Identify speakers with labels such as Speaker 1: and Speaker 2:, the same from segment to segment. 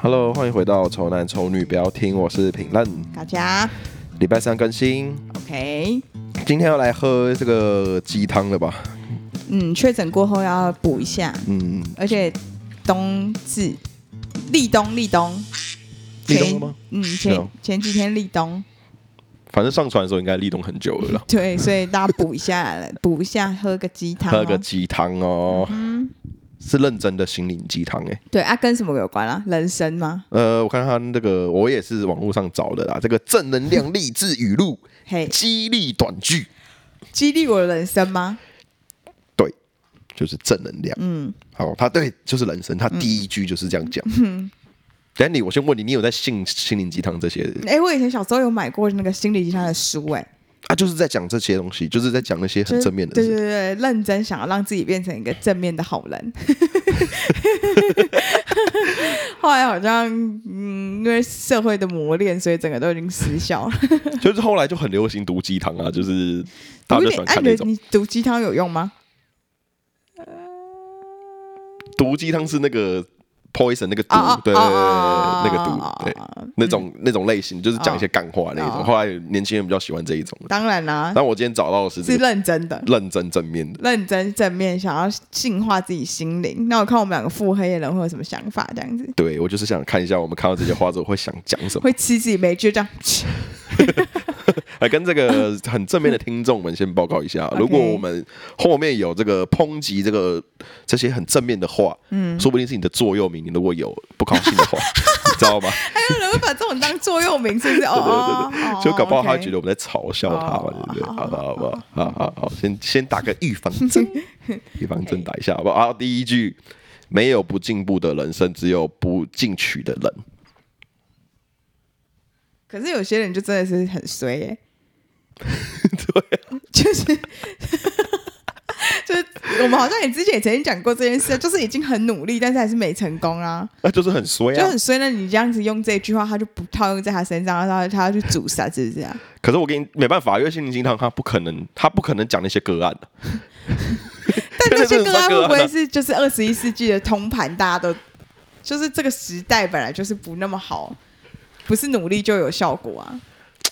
Speaker 1: Hello，欢迎回到《丑男丑女》，不要听，我是评论。
Speaker 2: 大家
Speaker 1: 礼拜三更新，
Speaker 2: ，OK，
Speaker 1: 今天要来喝这个鸡汤了吧？
Speaker 2: 嗯，确诊过后要补一下，
Speaker 1: 嗯，
Speaker 2: 而且冬至，立冬，立冬，
Speaker 1: 立
Speaker 2: 前
Speaker 1: 冬了吗？
Speaker 2: 嗯，
Speaker 1: 是
Speaker 2: 前
Speaker 1: 哦
Speaker 2: 前几天立冬，
Speaker 1: 反正上传的时候应该立冬很久了啦。
Speaker 2: 对，所以大家补一下， 补一下，喝个鸡汤、哦，嗯
Speaker 1: 喝个鸡汤哦，是认真的心灵鸡汤哎、
Speaker 2: 对啊，跟什么有关啊？人参吗？
Speaker 1: 呃，我看他那个，我也是网络上找的啦，这个正能量励志语 录、
Speaker 2: 嘿，
Speaker 1: 激励短句，
Speaker 2: 激励我的人生吗？
Speaker 1: 就是正能量。
Speaker 2: 嗯，
Speaker 1: 好，他对，就是人生，他第一句就是这样讲。
Speaker 2: 嗯
Speaker 1: 等一下你，我先问你，你有在信心灵鸡汤这些
Speaker 2: 哎、我以前小时候有买过那个心理鸡汤的书、哎，
Speaker 1: 啊？就是在讲这些东西，就是在讲那些
Speaker 2: 就
Speaker 1: 很
Speaker 2: 是
Speaker 1: 正面的
Speaker 2: 对对
Speaker 1: 事。
Speaker 2: 对，对认真想要让自己变成一个正面的 好人。后来好像，嗯，因为社会的磨练，所以整个都已经失效了。
Speaker 1: 就是后来就很流行毒鸡汤啊，就是大
Speaker 2: 我
Speaker 1: 家就
Speaker 2: 有点
Speaker 1: 喜欢
Speaker 2: 哎
Speaker 1: 看
Speaker 2: 你
Speaker 1: 那
Speaker 2: 觉得
Speaker 1: 种
Speaker 2: 你读鸡汤有用吗？
Speaker 1: 毒鸡汤是那个 poison 那个
Speaker 2: 啊
Speaker 1: 毒，嗯对对对对，那个毒，对
Speaker 2: 毒，
Speaker 1: 那种那种类型，就是讲一些干话那种。
Speaker 2: 哦
Speaker 1: 后来年轻人比较喜欢这一种。
Speaker 2: 当然啦、
Speaker 1: 但我今天找到的是
Speaker 2: 是
Speaker 1: 这个
Speaker 2: 认真的。
Speaker 1: 认真正面的。
Speaker 2: 认真正面，想要净化自己心灵。那我看我们两个腹黑的人会有什么想法？这样子
Speaker 1: 对我就是想看一下，我们看到这些话之后会想讲什么，
Speaker 2: 会吃自己没就这样。
Speaker 1: 来跟这个很正面的听众们先报告一下。
Speaker 2: OK
Speaker 1: 如果我们后面有这个抨击这个这些很正面的话，嗯，说不定是你的座右铭。你如果有不高兴的 话，你知道吗？
Speaker 2: 还有哎人会把这种当座右铭，是不是？哦，哦
Speaker 1: 就搞不好他
Speaker 2: 哦
Speaker 1: 会
Speaker 2: ，OK
Speaker 1: 觉得我们在嘲笑他嘛，
Speaker 2: 哦
Speaker 1: 对不对？
Speaker 2: 好
Speaker 1: 好不好？好不好？好好好，先先打个预防 针，预防针打一下，好不好？好，第一句，没有不进步的人生，只有不进取的人。
Speaker 2: 可是有些人就真的是很 衰耶、
Speaker 1: 啊
Speaker 2: 对、就是。 就是我们好像也之前也曾经讲过这件事，就是已经很努力，但是还是没成功啊，
Speaker 1: 那就是很衰
Speaker 2: 就
Speaker 1: 啊
Speaker 2: 很！衰。那你这样子用这句话，他就不套用在他身上，然后他要去煮杀，是不是 啊？
Speaker 1: 可是我给你没办法，因为心灵鸡汤他不可能，他不可能讲那些个案的。
Speaker 2: 但那些
Speaker 1: 真
Speaker 2: 个案
Speaker 1: 的是
Speaker 2: 会
Speaker 1: 个
Speaker 2: 不
Speaker 1: 案啊
Speaker 2: 会是就是二十一世纪的通盘？大家都就是这个时代本来就是不那么好，不是努力就有效果啊。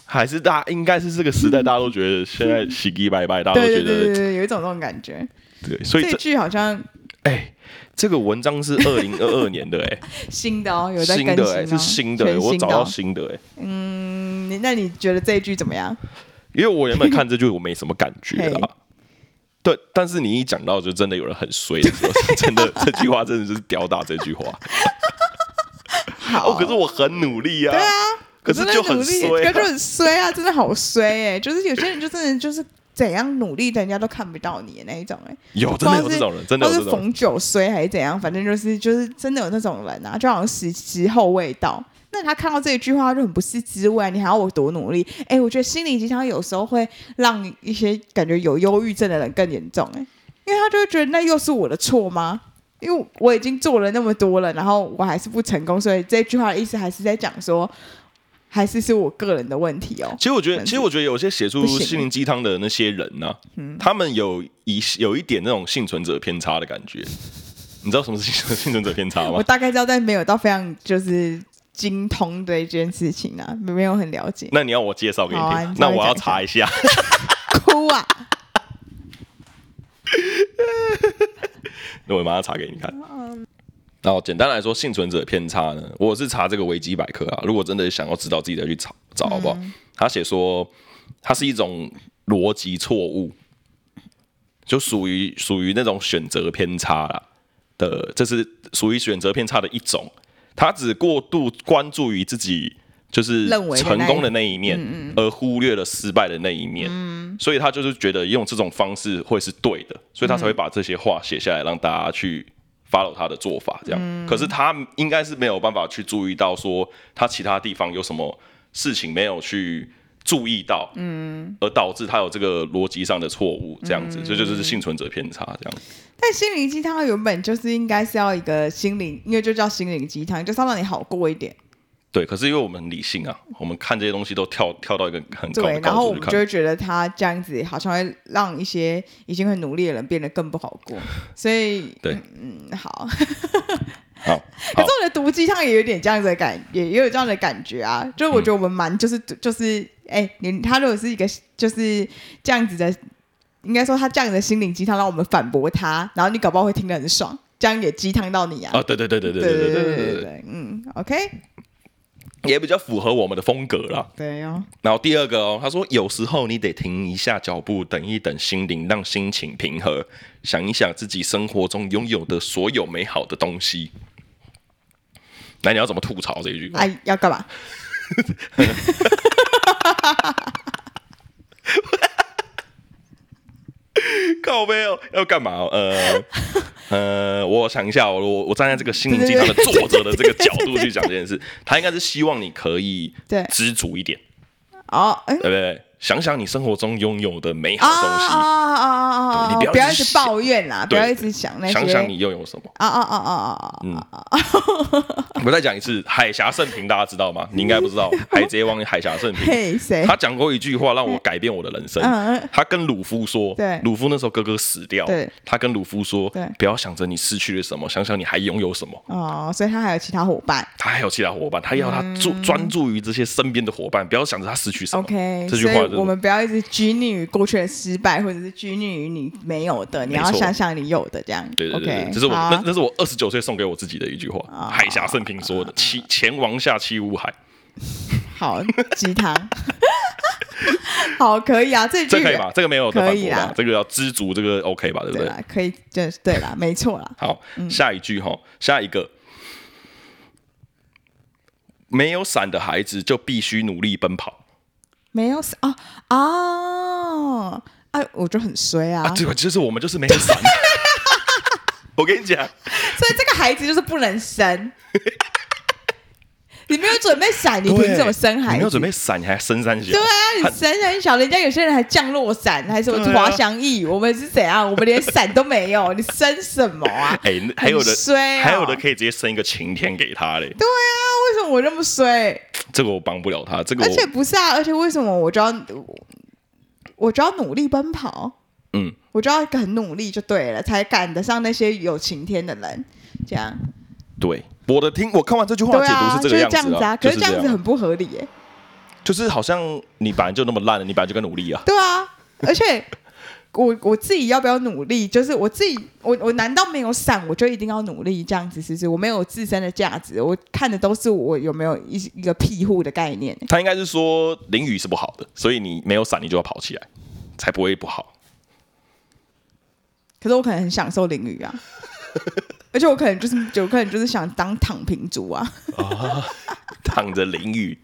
Speaker 1: 还是大家应该是这个时代，大家都觉得现在喜极拜拜，大家都
Speaker 2: 对
Speaker 1: 啊觉
Speaker 2: 对对对
Speaker 1: 得
Speaker 2: 对，有一种这种感觉。
Speaker 1: 对，所以
Speaker 2: 这
Speaker 1: 这
Speaker 2: 句好像
Speaker 1: 哎，这个文章是二零二二年的哎，
Speaker 2: 新的哦， 有在
Speaker 1: 新
Speaker 2: 更新、
Speaker 1: 的
Speaker 2: 哦
Speaker 1: 哎，是新的哎，
Speaker 2: 全
Speaker 1: 我找
Speaker 2: 的哦
Speaker 1: 到新的哎。
Speaker 2: 嗯，你那你觉得这一句怎么样？
Speaker 1: 因为我原本看这句我没什么感觉
Speaker 2: 嘿
Speaker 1: 啦。对，但是你一讲到就真的有人很衰的 时候，是真的这句话真的就是吊打这句话。
Speaker 2: 好，
Speaker 1: 哦，可是我很努力啊。
Speaker 2: 对啊，
Speaker 1: 可是
Speaker 2: 我真的
Speaker 1: 就很
Speaker 2: 努力
Speaker 1: 衰啊
Speaker 2: 可是就很衰啊，真的好衰哎、就是有些人就真的就是怎样努力，人家都看不到你的那一种哎、
Speaker 1: 有真的有这种人，真的
Speaker 2: 都
Speaker 1: 有
Speaker 2: 是
Speaker 1: 这种人。
Speaker 2: 逢九衰还是怎样，反正就是就是真的有那种人啊，就好像时时候未到。那他看到这一句话就很不是滋味啊，你还要我多努力？哎、我觉得心理鸡汤有时候会让一些感觉有忧郁症的人更严重、哎，因为他就会觉得那又是我的错吗？因为我已经做了那么多了，然后我还是不成功，所以这句话的意思还是在讲说，还是是我个人的问题哦。
Speaker 1: 其实我觉得，
Speaker 2: 嗯
Speaker 1: 其实我觉得有些写出
Speaker 2: 不行欸嗯
Speaker 1: 心灵鸡汤的那些人呢、他们有一有一点那种幸存者偏差的感觉。你知道什么是幸幸存者偏差
Speaker 2: 我
Speaker 1: 吗？
Speaker 2: 大概知道，但没有到非常就是精通对这件事情啊，没有很了解。
Speaker 1: 那你要我介绍给你听，
Speaker 2: 好啊你
Speaker 1: 那
Speaker 2: 稍微
Speaker 1: 我要
Speaker 2: 讲一下
Speaker 1: 查一下。
Speaker 2: 哭啊！
Speaker 1: 那我马上查给你看。
Speaker 2: 嗯
Speaker 1: 然后简单来说，幸存者偏差呢，我是查这个维基百科啊。如果真的想要知道，自己再去查找好不好？
Speaker 2: 嗯
Speaker 1: 他写说，它是一种逻辑错误，就属于属于那种选择偏差啦的，这是属于选择偏差的一种。他只过度关注于自己就是
Speaker 2: 认为的那
Speaker 1: 成
Speaker 2: 一
Speaker 1: 功的那一面，而忽略了失败的那一面。所以他就是觉得用这种方式会是对的，所以他才会把这些话写下来，让大家去 follow 他的做法。这样，可是他应该是没有办法去注意到说他其他地方有什么事情没有去注意到，嗯，而导致他有这个逻辑上的错误，这样子，
Speaker 2: 嗯
Speaker 1: 这就是幸存者偏差。这样，
Speaker 2: 但心灵鸡汤原本就是应该是要一个心灵，因为就叫心灵鸡汤，就是要让你好过一点。
Speaker 1: 对。可是因为我们很理性啊，我们看这些东西都跳跳到一个很高
Speaker 2: 对
Speaker 1: 的，
Speaker 2: 然
Speaker 1: 高
Speaker 2: 后我
Speaker 1: 度去
Speaker 2: 们就
Speaker 1: 看。
Speaker 2: 会觉得他这样子好像会让一些已经很努力的人变 得更不好过。所以，
Speaker 1: 对，
Speaker 2: 嗯，好。
Speaker 1: 好，
Speaker 2: 可
Speaker 1: 好
Speaker 2: 是我觉得读鸡汤也有点这样子的感，也也有这样的感觉啊。就是我觉得我们蛮就是就是，哎、你他如果是一个就是这样子的，应该说他这样的心灵鸡汤，让我们反驳他，然后你搞不好会听得很爽，这样也鸡汤到你啊。
Speaker 1: 啊，对对对对对对
Speaker 2: 对
Speaker 1: 对
Speaker 2: 对
Speaker 1: 对对，
Speaker 2: 对，嗯，OK，
Speaker 1: 也比较符合我们的风格啦。
Speaker 2: 对哦，
Speaker 1: 然后第二个哦，他说有时候你得停一下脚步，等一等心灵，让心情平和，想一想自己生活中拥有的所有美好的东西。那你要怎么吐槽这一句？
Speaker 2: 哎、要干嘛？
Speaker 1: 靠背哦，要干嘛哦、 呃呃，我想一下哦，我我站在这个心灵鸡汤的作者的这个角度去讲这件事，他应该是希望你可以
Speaker 2: 对
Speaker 1: 知足一点，
Speaker 2: 哦，哎、
Speaker 1: 对不对？想想你生活中拥有的美
Speaker 2: 啊
Speaker 1: 好的
Speaker 2: 啊
Speaker 1: 东
Speaker 2: 啊啊啊！
Speaker 1: 对你不要
Speaker 2: 不要一
Speaker 1: 一直
Speaker 2: 直抱怨啦，不
Speaker 1: 对
Speaker 2: 要一直想那
Speaker 1: 西，
Speaker 2: 些。
Speaker 1: 想想你嗯拥有什么。
Speaker 2: 啊啊啊啊啊！啊
Speaker 1: 我再讲一次，海峡盛平大家知道吗？你应该不知 道，海贼王海峡盛平。
Speaker 2: 嘿，谁？
Speaker 1: 他讲过一句话让我改变我的人生
Speaker 2: 嗯嗯。
Speaker 1: 他跟鲁夫说
Speaker 2: 对，
Speaker 1: 鲁夫那时候哥哥死掉
Speaker 2: 对，
Speaker 1: 他跟鲁夫说
Speaker 2: 对，
Speaker 1: 不要想着你失去了什么，想想你还拥有什么。
Speaker 2: 哦，所以他还有其他伙伴。
Speaker 1: 他还有其他伙伴，他要他
Speaker 2: 嗯
Speaker 1: 注专注于这些身边的伙伴，不要想着他失去什么。
Speaker 2: OK，
Speaker 1: 这
Speaker 2: 所
Speaker 1: 句
Speaker 2: 以
Speaker 1: 话就是
Speaker 2: 我们不要一直拘泥于过去的失败，或者是拘泥于你没有的，你
Speaker 1: 没
Speaker 2: 要
Speaker 1: 错
Speaker 2: 想想你有的这样。
Speaker 1: 对对对
Speaker 2: OK，
Speaker 1: 对，这是我
Speaker 2: 好啊
Speaker 1: 那那是我二十九岁送给我自己的一句话，海峡盛平说的：“欺前王下欺吾海。
Speaker 2: 好 鸡汤。好，可以啊，这”
Speaker 1: 这
Speaker 2: 句
Speaker 1: 可 以吧？这个没有得反
Speaker 2: 可以
Speaker 1: 驳吧
Speaker 2: 啦？
Speaker 1: 这个要知足，这个 OK 吧？对不
Speaker 2: 对
Speaker 1: 对？
Speaker 2: 啦，嗯可以，就是对啦，没错啦。
Speaker 1: 好，下一句哈，下一个。没有伞的孩子就必须努力奔跑
Speaker 2: 没有死哦哦，哎，我就很衰
Speaker 1: 啊！
Speaker 2: 啊，
Speaker 1: 这个就是我们就是没有伞。我跟你讲，
Speaker 2: 所以这个孩子就是不能生。 你没有准备伞，你
Speaker 1: 对
Speaker 2: 凭什么生孩子？
Speaker 1: 你没有准备伞，你还生三小？
Speaker 2: 对啊，你伞很小，人家有些人还降落伞，还什么
Speaker 1: 啊
Speaker 2: 滑翔翼，我们是 怎样？我们连伞都没有，你生什么啊？
Speaker 1: 哎、那还有的
Speaker 2: 很衰哦
Speaker 1: 还有的可以直接生一个晴天给他嘞，
Speaker 2: 对啊，为什么我那么衰？
Speaker 1: 这个我帮不了他，这个
Speaker 2: 而且
Speaker 1: 我
Speaker 2: 不是啊，而且为什么我就要我就要努力奔跑？
Speaker 1: 嗯，
Speaker 2: 我就要很努力就对了，才赶得上那些有晴天的人。这样，
Speaker 1: 对我的听我看完这句话
Speaker 2: 对
Speaker 1: 解
Speaker 2: 啊，
Speaker 1: 读
Speaker 2: 就是
Speaker 1: 这个
Speaker 2: 是这
Speaker 1: 子
Speaker 2: 样子
Speaker 1: 啊，
Speaker 2: 啊。可是这
Speaker 1: 这
Speaker 2: 样子很不合理耶、
Speaker 1: 就是好像你本来就那么烂了，你本来就该努力啊，
Speaker 2: 对啊，而且我我自己要不要努力？就是我自己，我我难道没有伞，我就一定要努力这样子？是不是？我没有自身的价值，我看的都是我有没有一一个庇护的概念。
Speaker 1: 他应该是说淋雨是不好的，所以你没有伞你就要跑起来，才不会不好。
Speaker 2: 可是我可能很享受淋雨啊， 而且我可能就是，就我可能就是想当躺平族啊。
Speaker 1: 躺着淋 雨，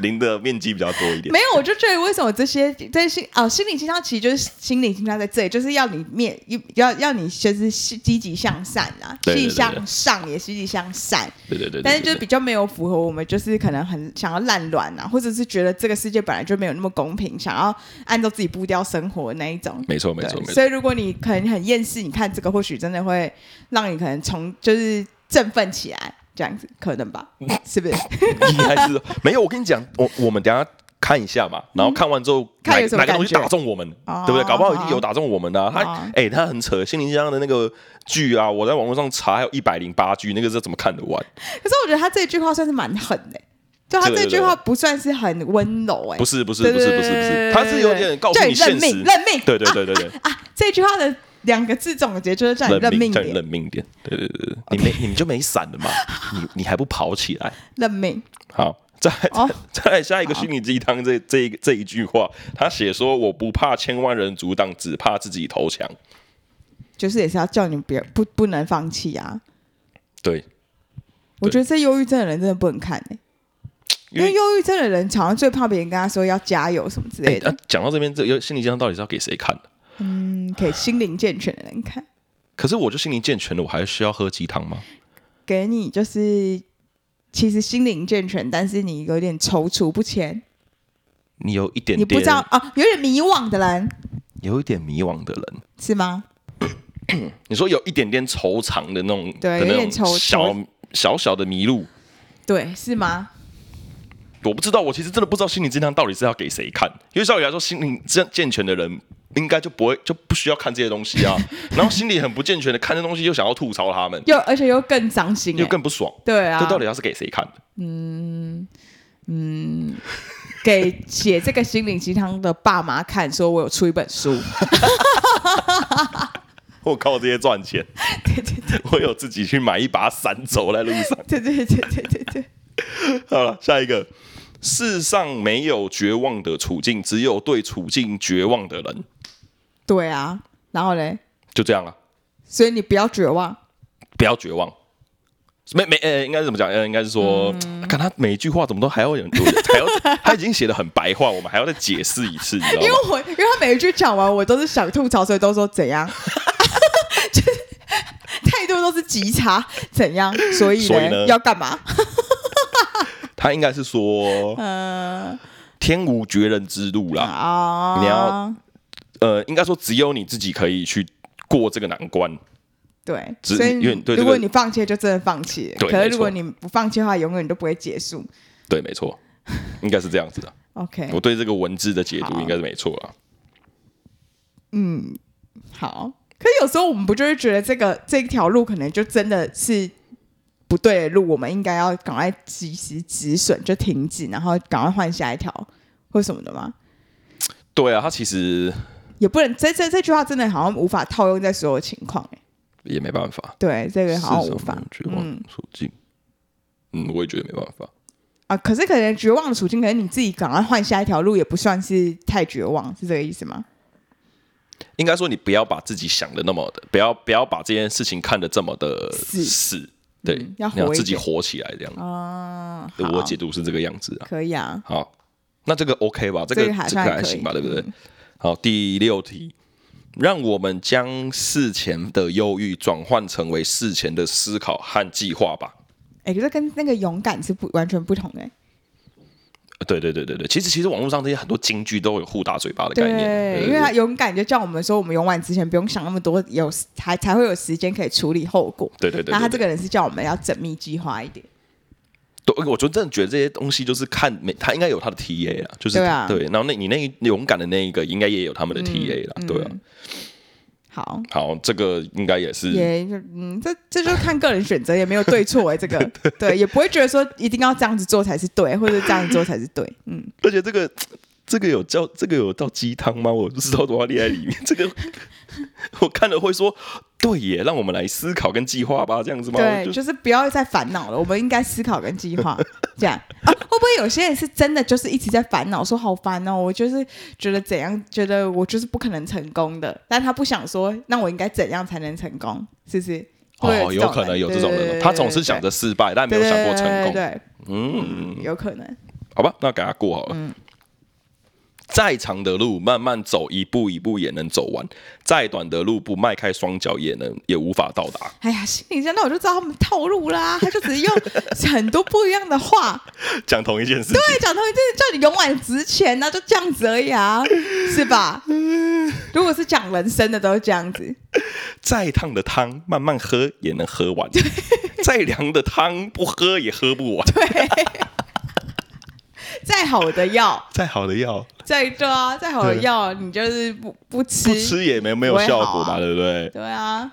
Speaker 1: 淋的面积比较多一点
Speaker 2: 没。有，我就觉得为什么这些这些啊、心理鸡汤其实就是心理鸡汤在这里，就是要你面要要你就是积极向善啊，
Speaker 1: 对对
Speaker 2: 积
Speaker 1: 对
Speaker 2: 极
Speaker 1: 对
Speaker 2: 向上也积极向善。
Speaker 1: 对对对对对
Speaker 2: 但是就
Speaker 1: 对
Speaker 2: 比较没有符合我们，就是可能很想要烂卵啊，或者是觉得这个世界本来就没有那么公平，想要按照自己步调生活那一种。
Speaker 1: 没错没错
Speaker 2: 对
Speaker 1: 没错
Speaker 2: 所以如果你可能很厌世，你看这个或许真的会让你可能从就是振奋起来，这样子可能 吧？是不是？
Speaker 1: 应该是没有。我跟你讲，我我们等一下看一下嘛，然后看完之后哪
Speaker 2: 嗯看有什么
Speaker 1: 哪个东西
Speaker 2: 感
Speaker 1: 打
Speaker 2: 觉
Speaker 1: 中我们，
Speaker 2: 哦
Speaker 1: 对不对？搞不好已经有打中我们的、啊。他
Speaker 2: 哦
Speaker 1: 哎、他很扯，心灵鸡汤的那个剧啊，我在网络上查，还有一百零八句，那个是怎么看得完？
Speaker 2: 可是我觉得他这句话算是蛮狠的、就他
Speaker 1: 对对
Speaker 2: 这
Speaker 1: 对
Speaker 2: 句话不算是很温柔哎、
Speaker 1: 不是不是
Speaker 2: 对
Speaker 1: 不是不是不是，他是有点告诉
Speaker 2: 对
Speaker 1: 你
Speaker 2: 认
Speaker 1: 现实
Speaker 2: 命，。认命，
Speaker 1: 对对对对对，
Speaker 2: 啊！这句话的两个字总结就是叫你认命
Speaker 1: 叫
Speaker 2: 点
Speaker 1: 你，认命一点。对对对，对你没你们就没伞了嘛，你你还不跑起来？
Speaker 2: 认命。
Speaker 1: 好，再来
Speaker 2: 哦
Speaker 1: 再再来下一个心理鸡汤这这一个这一句话，他写说我不怕千万人阻挡，只怕自己投降。
Speaker 2: 就是也是要叫你别不不能放弃啊！
Speaker 1: 对，
Speaker 2: 我觉得这忧郁症的人真的不能看、欸、因为忧郁症的人常常最怕别人跟他说要加油什么之
Speaker 1: 哎，
Speaker 2: 类的
Speaker 1: 那，讲到这边，这有心理鸡汤到底是要给谁看的？
Speaker 2: 嗯，给心灵健全的人看，
Speaker 1: 可是我就心灵健全了，我还需要喝鸡汤吗？
Speaker 2: 给你就是其实心灵健全，但是你有点踌躇不前，
Speaker 1: 你有一点
Speaker 2: 你不
Speaker 1: 点
Speaker 2: 知，道啊，有点迷惘的人
Speaker 1: 有一点迷惘的人，
Speaker 2: 是吗？
Speaker 1: 你说有一点点惆怅的那种，的
Speaker 2: 对有
Speaker 1: 那
Speaker 2: 点
Speaker 1: 种
Speaker 2: 惆
Speaker 1: 小
Speaker 2: 惆
Speaker 1: 小小的迷路，
Speaker 2: 对，是吗？
Speaker 1: 我不知道，我其实真的不知道心灵鸡汤到底是要给谁看，因为照理来说，心灵健健全的人应该就不会就不需要看这些东西 啊，然后心理很不健全的看这东西，又想要吐槽他们，
Speaker 2: 又而且又更伤心、欸，
Speaker 1: 又更不爽。
Speaker 2: 对啊，
Speaker 1: 这到底要是给谁看的？
Speaker 2: 给写这个心灵鸡汤的爸妈看，说我有出一本书，
Speaker 1: 我靠这些赚钱， 我有自己去买一把伞走在路上。
Speaker 2: 对对对对对对，
Speaker 1: 好了，下一个。世上没有绝望的处境，只有对处境绝望的人。
Speaker 2: 对啊，然后嘞，
Speaker 1: 就这样了，
Speaker 2: 所以你不要绝望，
Speaker 1: 哦不要绝望。没没，呃、应该是怎么讲？呃，应该是说，
Speaker 2: 嗯
Speaker 1: 看他每一句话怎么都还要有， 还要他已经写的很白话，我们还要再解释一次，你知道
Speaker 2: 因为
Speaker 1: 吗？
Speaker 2: 我因为他每一句讲完，我都是想吐槽，所以都说怎 样，就是态度都是极差，怎样，所以
Speaker 1: 所以呢
Speaker 2: 要干嘛？
Speaker 1: 他应该是说，
Speaker 2: 嗯
Speaker 1: 天无绝人之路啦。
Speaker 2: 啊，
Speaker 1: 你要
Speaker 2: 嗯
Speaker 1: 呃，应该说只有你自己可以去过这个难关。
Speaker 2: 对，
Speaker 1: 只
Speaker 2: 所以
Speaker 1: 因为对这个
Speaker 2: 如果你放弃，就真的放弃了。
Speaker 1: 对
Speaker 2: 可是
Speaker 1: 没
Speaker 2: 如果
Speaker 1: 错
Speaker 2: 你不放弃的话，永远都不会结束。
Speaker 1: 对，没错，应该是这样子 的。
Speaker 2: OK，
Speaker 1: 我对这个文字的解读
Speaker 2: 哎好
Speaker 1: 应该是没错啊。
Speaker 2: 好。可是有时候我们不就会觉得这个这条路可能就真的是不对的路，我们应该要赶快及时止损，就停止，然后赶快换下一条或什么的吗？
Speaker 1: 对啊，他其实
Speaker 2: 也不能，这这这句话真的好像无法套用在所有情况、欸、
Speaker 1: 也没办法。
Speaker 2: 对，这个好
Speaker 1: 世
Speaker 2: 像
Speaker 1: 上
Speaker 2: 无法
Speaker 1: 没有绝望的处境。嗯，我也觉得没办法。
Speaker 2: 啊。可是可能绝望的处境，可能你自己赶快换下一条路，也不算是太绝望，是这个意思吗？
Speaker 1: 应该说，你不要把自己想的那么的，不要不要把这件事情看得这么的
Speaker 2: 死
Speaker 1: 死。对，
Speaker 2: 嗯要活
Speaker 1: 你要
Speaker 2: 一
Speaker 1: 自己
Speaker 2: 点
Speaker 1: 活起来，这样。
Speaker 2: 啊、好
Speaker 1: 嗯我解读是这个样子啊。
Speaker 2: 可以啊，
Speaker 1: 好，那这个 OK 吧？这个
Speaker 2: 这个还
Speaker 1: 这个
Speaker 2: 算
Speaker 1: 还
Speaker 2: 可以嗯
Speaker 1: 行吧，对不对？好，第六题，让我们将事前的忧郁转换成为事前的思考和计划吧。
Speaker 2: 哎、可是跟那个勇敢是不完全不同哎、
Speaker 1: 呃对对对对对，其实其实网络上这些很多金句都有互打嘴巴的概念，
Speaker 2: 对，
Speaker 1: 对
Speaker 2: 因为
Speaker 1: 对
Speaker 2: 他勇敢就叫我们说，我们勇往直前，不用想那么多，有才才会有时间可以处理后果。
Speaker 1: 对对对对
Speaker 2: 那他
Speaker 1: 对
Speaker 2: 这个人是叫我们要缜密计划一点，
Speaker 1: 对，我就真的觉得这些东西就是看每他应该有他的 TA 啦，就是
Speaker 2: 对啊嗯
Speaker 1: 然后那你那一勇敢的那一个应该也有他们的 TA 啦，对啊。
Speaker 2: 好。
Speaker 1: 好，这个应该也是
Speaker 2: 也嗯，这这就是看个人选择，也没有对错哎、这个对，也不会觉得说一定要这样子做才是对，或者这样子做才是对，嗯，
Speaker 1: 而且这个这个有叫这个有到鸡汤吗？我不知道怎么列在 里面。这个我看了会说，对耶，让我们来思考跟计划吧，这样子吗？
Speaker 2: 对，
Speaker 1: 就
Speaker 2: 就是不要再烦恼了，我们应该思考跟计 划，这样啊，会不会有些人是真的就是一直在烦恼，说好烦哦，我就是觉得怎样，觉得我就是不可能成功的，但他不想说，那我应该怎样才能成功，是不是？会
Speaker 1: 哦，
Speaker 2: 这
Speaker 1: 有
Speaker 2: 种
Speaker 1: 可能有这
Speaker 2: 对
Speaker 1: 种
Speaker 2: 对对
Speaker 1: 人，
Speaker 2: 对
Speaker 1: 他总是想着失败，但没
Speaker 2: 对
Speaker 1: 有想
Speaker 2: 对
Speaker 1: 过成
Speaker 2: 对
Speaker 1: 功。
Speaker 2: 对，
Speaker 1: 嗯，
Speaker 2: 有可能，
Speaker 1: 好吧，那给他过好了。
Speaker 2: 嗯
Speaker 1: 再长的路慢慢走，一步一步也能走完；再短的路不迈开双脚也能也无法到达。
Speaker 2: 哎呀，心理战那我就知道他们套路啦，他就只是用 很多不一样的话，
Speaker 1: 讲同一件事情，
Speaker 2: 对，讲同一就是叫你勇往直前呐、就这样子而已啊，是 吧？如果是讲人生的都是这样子。
Speaker 1: 再烫的汤慢慢喝也能喝 完，再凉的汤不喝也喝不完。
Speaker 2: 再好的药，
Speaker 1: 再好的药
Speaker 2: 再对啊，再好的
Speaker 1: 对
Speaker 2: 药，你就是不不吃，
Speaker 1: 不吃也没没有
Speaker 2: 不会
Speaker 1: 效
Speaker 2: 好
Speaker 1: 果嘛，
Speaker 2: 啊
Speaker 1: 对不对？
Speaker 2: 对啊。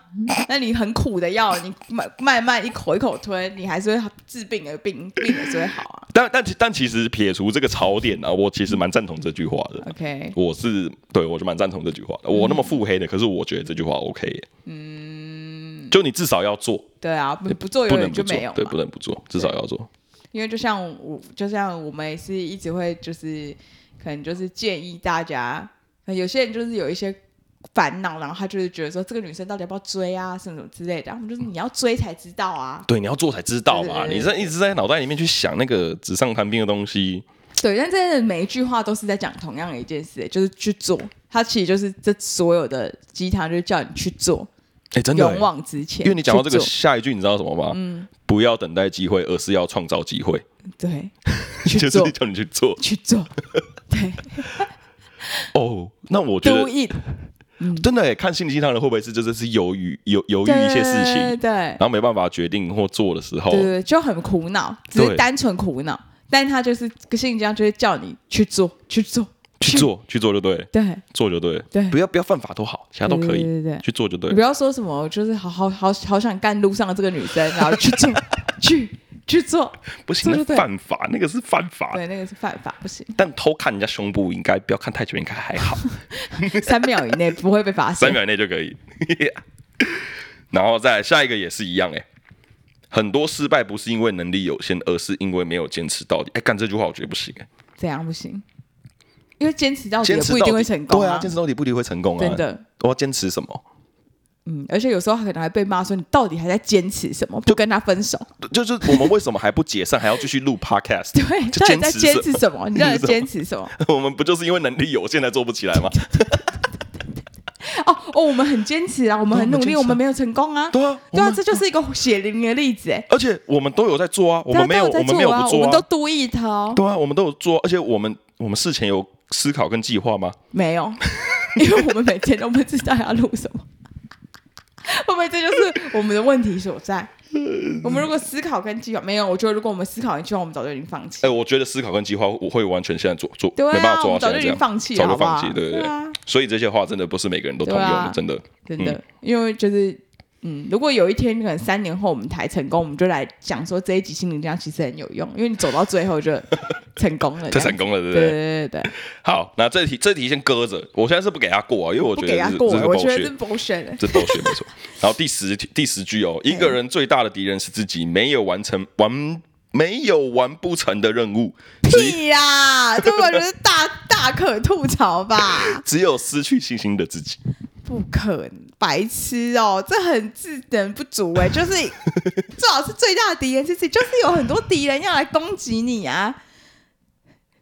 Speaker 2: 那你很苦的药，你慢慢慢一口一口吞，你还是会治病的病，病也是会好啊。
Speaker 1: 但但其但其实撇除这个槽点啊，我其实蛮赞同这句话的。
Speaker 2: OK，
Speaker 1: 我是对我是蛮赞同这句话
Speaker 2: 嗯
Speaker 1: 的。我那么腹黑的，可是我觉得这句话 OK 耶。嗯，就你至少要做，
Speaker 2: 对啊，不不做
Speaker 1: 不
Speaker 2: 永
Speaker 1: 能
Speaker 2: 远
Speaker 1: 不
Speaker 2: 就
Speaker 1: 做
Speaker 2: 没有，
Speaker 1: 对，
Speaker 2: 嘛
Speaker 1: 不。能不做，至少要做。
Speaker 2: 因为就像我，就像我们也是一直会就是，可能就是建议大家，可能有些人就是有一些烦恼，然后他就是觉得说这个女生到底要不要追啊，什么什么之类的，我们就是你要追才知道啊。
Speaker 1: 对，你要做才知道嘛。
Speaker 2: 对对对
Speaker 1: 你在一直在脑袋里面去想那个纸上谈兵的东西，
Speaker 2: 对，但真的每一句话都是在讲同样的一件事，就是去做。它其实就是这所有的鸡汤，就是叫你去做，
Speaker 1: 哎，真的耶
Speaker 2: 勇。往直前。
Speaker 1: 因为你讲到这个
Speaker 2: 去做嗯
Speaker 1: 下一句，你知道什么吗？不要等待机会，而是要创造机会，
Speaker 2: 对，去
Speaker 1: 就是
Speaker 2: 做，
Speaker 1: 叫你去做。
Speaker 2: 去做，对
Speaker 1: 哦，那 我觉得
Speaker 2: ，do it，
Speaker 1: 真的耶看心理鸡汤的会不会是就是是犹豫犹犹豫一些事情，
Speaker 2: 对对
Speaker 1: 然后没办法决定或做的时候
Speaker 2: 对，对，就很苦恼，只
Speaker 1: 哦对
Speaker 2: 是单纯苦恼。但他就是个心理上就是叫你去做，去做，
Speaker 1: 去做去做就对了，
Speaker 2: 对
Speaker 1: 做就对了，
Speaker 2: 对
Speaker 1: 不要不要犯法都好，其他都可以，
Speaker 2: 对对对对
Speaker 1: 去做就对了
Speaker 2: 你不。要说什么，就是好好好好想干路上的这个女生，然后去 做去去做，
Speaker 1: 不行，
Speaker 2: 做
Speaker 1: 那
Speaker 2: 就对了
Speaker 1: 犯法，那个是犯法的。
Speaker 2: 对，那个是犯法， 不行，
Speaker 1: 但偷看人家胸部应该不要看太久，应该还 好，
Speaker 2: 三秒以内不会被发
Speaker 1: 三
Speaker 2: 现。
Speaker 1: 秒以内就可以。 然后再来下一个也是一样哎、很多失败不是因为能力有限，而是因为没有坚持到底。哎、干这句话我觉得不行哎、
Speaker 2: 怎样不行？因为坚持到底
Speaker 1: 坚
Speaker 2: 哦也
Speaker 1: 持到
Speaker 2: 不一
Speaker 1: 底
Speaker 2: 定会成功
Speaker 1: 对啊，坚持到底不一定会成功啊。
Speaker 2: 真，的，
Speaker 1: 我要坚持什么？
Speaker 2: 嗯，而且有时候可能还被骂说你到底还在坚持什么，不跟他分手？
Speaker 1: 就是我们为什么还不解散，还要继续录 podcast？
Speaker 2: 对，
Speaker 1: 就
Speaker 2: 到底在坚
Speaker 1: 什
Speaker 2: 持什么？你到底
Speaker 1: 你
Speaker 2: 在
Speaker 1: 说
Speaker 2: 坚持什么？
Speaker 1: 我们不就是因为能力有限才做不起来吗？
Speaker 2: 哦哦，我们很坚持啊，我们很努
Speaker 1: 我们坚
Speaker 2: 力，
Speaker 1: 持啊
Speaker 2: 我们没有成功啊。
Speaker 1: 对啊
Speaker 2: 对
Speaker 1: 我
Speaker 2: 啊，
Speaker 1: 们
Speaker 2: 这就是一个血淋淋的例子哎。
Speaker 1: 而且我们都有在做啊，我
Speaker 2: 对啊
Speaker 1: 们没有，
Speaker 2: 都在
Speaker 1: 我们没有
Speaker 2: 做啊，
Speaker 1: 不
Speaker 2: 我
Speaker 1: 做
Speaker 2: 们都
Speaker 1: 啊，
Speaker 2: 读一头，
Speaker 1: 对啊，我们都有做，而且我们我们事前有思考跟计划吗？
Speaker 2: 没有， 因为我们每天都不知道要录什么。 会不会这就是我们的问题 所在？我们如果思考跟计划没有，我觉得如果我们思考跟计划，我们早就已经放弃
Speaker 1: 哎、。我觉得思考跟计划我会完全现在做做，
Speaker 2: 对啊
Speaker 1: 没办法
Speaker 2: 我
Speaker 1: 做
Speaker 2: 们
Speaker 1: 到
Speaker 2: 早
Speaker 1: 现在
Speaker 2: 就已
Speaker 1: 这
Speaker 2: 经
Speaker 1: 样，
Speaker 2: 放弃了
Speaker 1: 早就放
Speaker 2: 好不
Speaker 1: 弃，
Speaker 2: 好
Speaker 1: 对对
Speaker 2: 对啊
Speaker 1: 所以这些话真的不是每个人都通用的，
Speaker 2: 对啊
Speaker 1: 真的。
Speaker 2: 真的，因为就是嗯，如果有一天可能三年后我们才成功，我们就来讲说这一集心灵鸡汤其实很有用，因为你走到最后就 成功了，
Speaker 1: 太
Speaker 2: 这样
Speaker 1: 成功了，对
Speaker 2: 对
Speaker 1: 不对？
Speaker 2: 对对对对，
Speaker 1: 好，那这题这题先搁着，我现在是不给他过啊，因为我
Speaker 2: 不
Speaker 1: 觉
Speaker 2: 给
Speaker 1: 得
Speaker 2: 他
Speaker 1: 是
Speaker 2: 过，
Speaker 1: 这是
Speaker 2: 我觉得
Speaker 1: bullshit，
Speaker 2: 是 bullshit 欸。
Speaker 1: 这是 bullshit 没错。然后第十题第十句哦，一个人最大的敌人是自己，没有完成完没有完不成的任务，只
Speaker 2: 屁呀，这我觉得大大可吐槽吧。
Speaker 1: 只有失去信心的自己。
Speaker 2: 不可能，白痴哦，这很自能不足哎、就是最好是最大的敌人是自己，就是有很多敌人要来攻击你啊。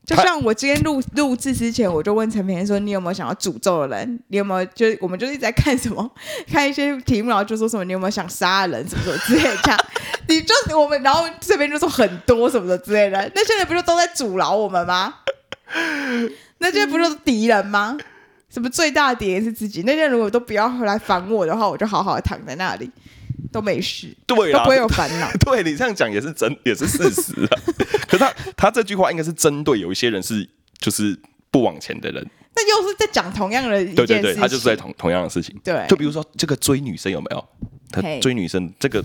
Speaker 2: 就
Speaker 1: 他
Speaker 2: 像我今天录录制之前，我就问陈明说：“你有没有想要诅咒的人？你有没有就是我们就是一直在看什么， 看一些题目，然后就说什么你有没有想杀人什么什么之类的这样。你就是我们，然后这边就说很多什么的之类的，那些人不就都在阻挠我们吗？那些不就是敌人吗？什么最大的敌人是自己？那些人如果都不要回来烦我的话，我就好好的躺在那里，都没事，
Speaker 1: 对
Speaker 2: 都
Speaker 1: 啦
Speaker 2: 不，会有烦恼。
Speaker 1: 对你这样 讲也是真，也是事实啊。 可是他他这句话应该是针对有一些人是就是不往前的人，
Speaker 2: 那又是在讲同样的一
Speaker 1: 对
Speaker 2: 件事情，
Speaker 1: 对对，他就是在同同样的事情。
Speaker 2: 对
Speaker 1: 就比如说这个追女生有没有？他
Speaker 2: 嘿
Speaker 1: 追女生这个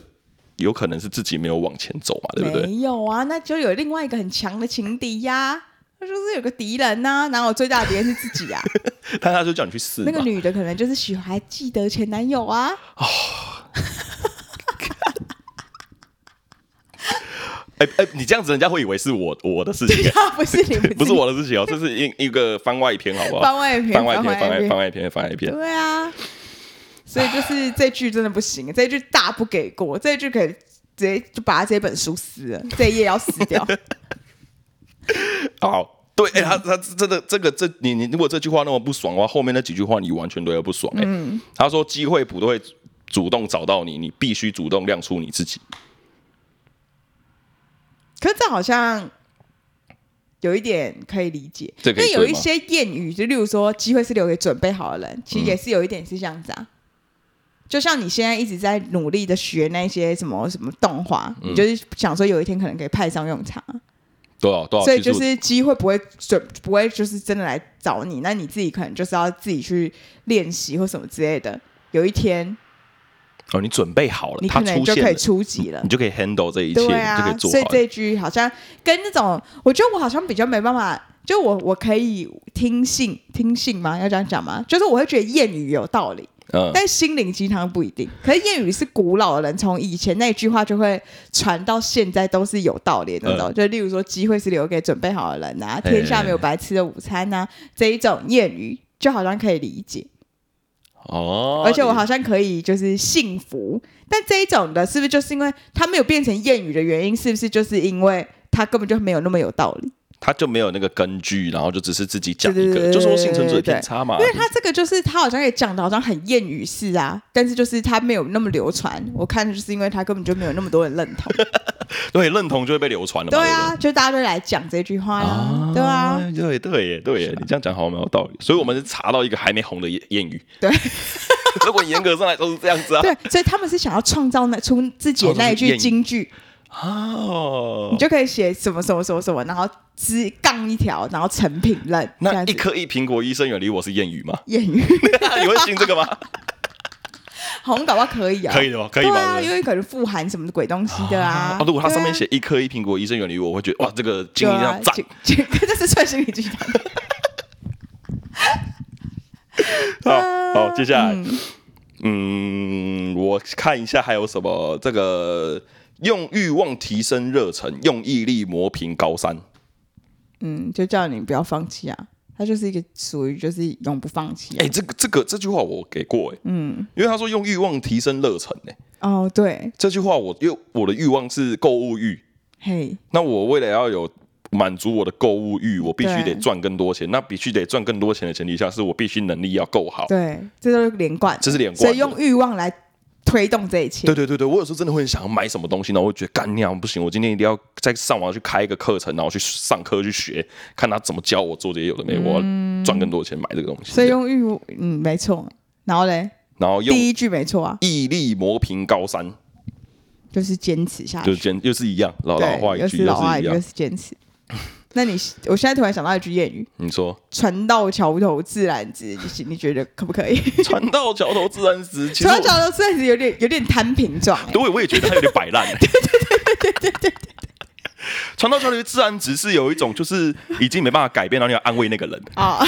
Speaker 1: 有可能是自己没有往前走嘛，对不对？
Speaker 2: 没有啊，那就有另外一个很强的情敌呀、那就是有个敌人呐、然后最大的敌人是自 己啊。
Speaker 1: 但他就叫你去试
Speaker 2: 那个
Speaker 1: 嘛。
Speaker 2: 女的可能就是喜欢记得前男友啊。
Speaker 1: 哎哎，你这样子人家会以为是我我的事情，哎
Speaker 2: 不是你，
Speaker 1: 不是
Speaker 2: 你，
Speaker 1: 我的事情哦，这是一一个番外篇，好不好？
Speaker 2: 番外篇
Speaker 1: 番外篇，
Speaker 2: 番外
Speaker 1: 番外
Speaker 2: 篇
Speaker 1: 番外篇，番外篇。
Speaker 2: 对啊，所以就是这句真的不行，这句大不给过，这句可以直接就把他这本书撕了，这一页要撕 掉。
Speaker 1: 好。对，哎、他他真的这个这你你如果这句话那么不爽的话，后面那几句话你完全都要不爽、哎、
Speaker 2: 嗯
Speaker 1: 他说机会不会主动找到你，你必须主动亮出你自己。
Speaker 2: 可是这好像有一点可以理解，
Speaker 1: 这
Speaker 2: 因
Speaker 1: 可以
Speaker 2: 为
Speaker 1: 对
Speaker 2: 有一
Speaker 1: 吗
Speaker 2: 些谚语，就例如说机会是留给准备好的人，其实也是有一点是这样
Speaker 1: 嗯
Speaker 2: 子啊。就像你现在一直在努力的学那些什么什么动画，你就是想说有一天可能可以派上用场啊，
Speaker 1: 多少多少，
Speaker 2: 所以
Speaker 1: 其实
Speaker 2: 就
Speaker 1: 我
Speaker 2: 是机会不会准不会就是真的来找你，那你自己可能就是要自己去练习或什么之类的。有一天
Speaker 1: 哦，你准备好了，
Speaker 2: 你
Speaker 1: 他
Speaker 2: 可能
Speaker 1: 出
Speaker 2: 就
Speaker 1: 现
Speaker 2: 可以
Speaker 1: 了，
Speaker 2: 出击了
Speaker 1: 你，就可以 handle 这一切，
Speaker 2: 对
Speaker 1: 你就可
Speaker 2: 啊
Speaker 1: 以，做
Speaker 2: 所以
Speaker 1: 好。
Speaker 2: 这句好像跟那种，我觉得我好像比较没办法，就我我可以听信听信吗？要这样讲吗？就是我会觉得谚语有道理，
Speaker 1: 嗯，
Speaker 2: 但心灵鸡汤不一定。可是谚语是古老的人从以前那句话就会传到现在，都是有道理的那种。就例如说，机会是留给准备好的人啊，
Speaker 1: 嗯嘿
Speaker 2: 天下没有白吃的午餐呐、这一种谚语就好像可以理解。
Speaker 1: 哦，
Speaker 2: 而且我
Speaker 1: 你
Speaker 2: 好像可以就是幸福，但这一种的是不是就是因为它没有变成谚语的原因？是不是就是因为它根本就没有那么有道理？
Speaker 1: 他就没有那个根据，然后就只是自己讲
Speaker 2: 对
Speaker 1: 一
Speaker 2: 对对
Speaker 1: 个，就说幸存者
Speaker 2: 对对
Speaker 1: 偏差嘛
Speaker 2: 因。为它这个就是它好像也讲的好像很谚语式啊，但是就是它没有那么流传。我看就是因为它根本就没有那么多人认同。
Speaker 1: 对，认同就会被流传了嘛，
Speaker 2: 对
Speaker 1: 对不对哦
Speaker 2: 啊，就大家就来讲这句话啦，对啊，，
Speaker 1: 对对耶，对耶，你这样讲好像蛮有道理。所以我们是查到一个还没红的谚谚语。
Speaker 2: 对，
Speaker 1: 如果严格上来说是这样子啊。
Speaker 2: 对，所以他们是想要创造那出自己的那一句金句，
Speaker 1: 哦
Speaker 2: 你，就可以写什么什么什么什么，然后只杠一条，然后成品论这
Speaker 1: 那
Speaker 2: 样
Speaker 1: 一
Speaker 2: 子。？
Speaker 1: 颗一苹果，医生远离我是谚语吗
Speaker 2: 谚语，
Speaker 1: 你会信这 个吗？
Speaker 2: 好像搞不好可以啊，
Speaker 1: 可以的吗？可以
Speaker 2: 对
Speaker 1: 吧？
Speaker 2: 啊，
Speaker 1: 对不
Speaker 2: 因
Speaker 1: 对
Speaker 2: 为可能富含什么鬼东西的啊。
Speaker 1: 哦，如果它
Speaker 2: 对啊
Speaker 1: 上面写一颗一苹果，医生远离我，我会觉得哇，这个经
Speaker 2: 对
Speaker 1: 营
Speaker 2: 啊
Speaker 1: 量赞，
Speaker 2: 这这 这是算心理鸡汤。啊
Speaker 1: 好好，接下来
Speaker 2: 嗯，
Speaker 1: 嗯，我看一下还有什么这个用欲望提升热忱，用毅力磨平高山。
Speaker 2: 嗯，就叫你不要放弃啊，它就是一个属于就是永不放弃、啊。
Speaker 1: 哎、这个这个这句话我给过哎、嗯，因为他说用欲望提升热忱哎、
Speaker 2: 哦，对，
Speaker 1: 这句话我因为我的欲望是购物欲，
Speaker 2: 嘿，
Speaker 1: 那我为了要有满足我的购物欲，我必须
Speaker 2: 对
Speaker 1: 得赚更多钱，那必须得赚更多钱的前提下，是我必须能力要够好，
Speaker 2: 对，这都是连贯，
Speaker 1: 这是连
Speaker 2: 所
Speaker 1: 贯
Speaker 2: 以用
Speaker 1: 的。
Speaker 2: 欲望来推动这一切。
Speaker 1: 对对对对，我有时候真的会很想要买什么东西，然后我会觉得干娘不行，我今天一定要再上网去开一个课程，然后去上课去学，看他怎么教我做这些有的没，我要赚更多钱买这个东西。
Speaker 2: 嗯所以用欲，嗯，没错。然后嘞，
Speaker 1: 然后用
Speaker 2: 第一句没错啊，
Speaker 1: 毅力磨平高山，
Speaker 2: 就是坚持下
Speaker 1: 就
Speaker 2: 去。
Speaker 1: 是简又是一样，老老
Speaker 2: 对，
Speaker 1: 话一
Speaker 2: 又
Speaker 1: 句
Speaker 2: 是老话
Speaker 1: 一
Speaker 2: 一句，
Speaker 1: 样
Speaker 2: 又。是坚持。 那你，我现在突然想到一句谚语
Speaker 1: 你说“
Speaker 2: 船到桥头自然直”，就是你觉得可不可以？
Speaker 1: 船到桥头自然直”，其实
Speaker 2: 船到
Speaker 1: 我
Speaker 2: 桥头自然直有点有点摊平状、欸，
Speaker 1: 对我也觉得它有点摆 烂、欸。对对对对对对。船到桥头自然直是有一种就是已经没办法改变，然后你要安慰那个人，
Speaker 2: 啊，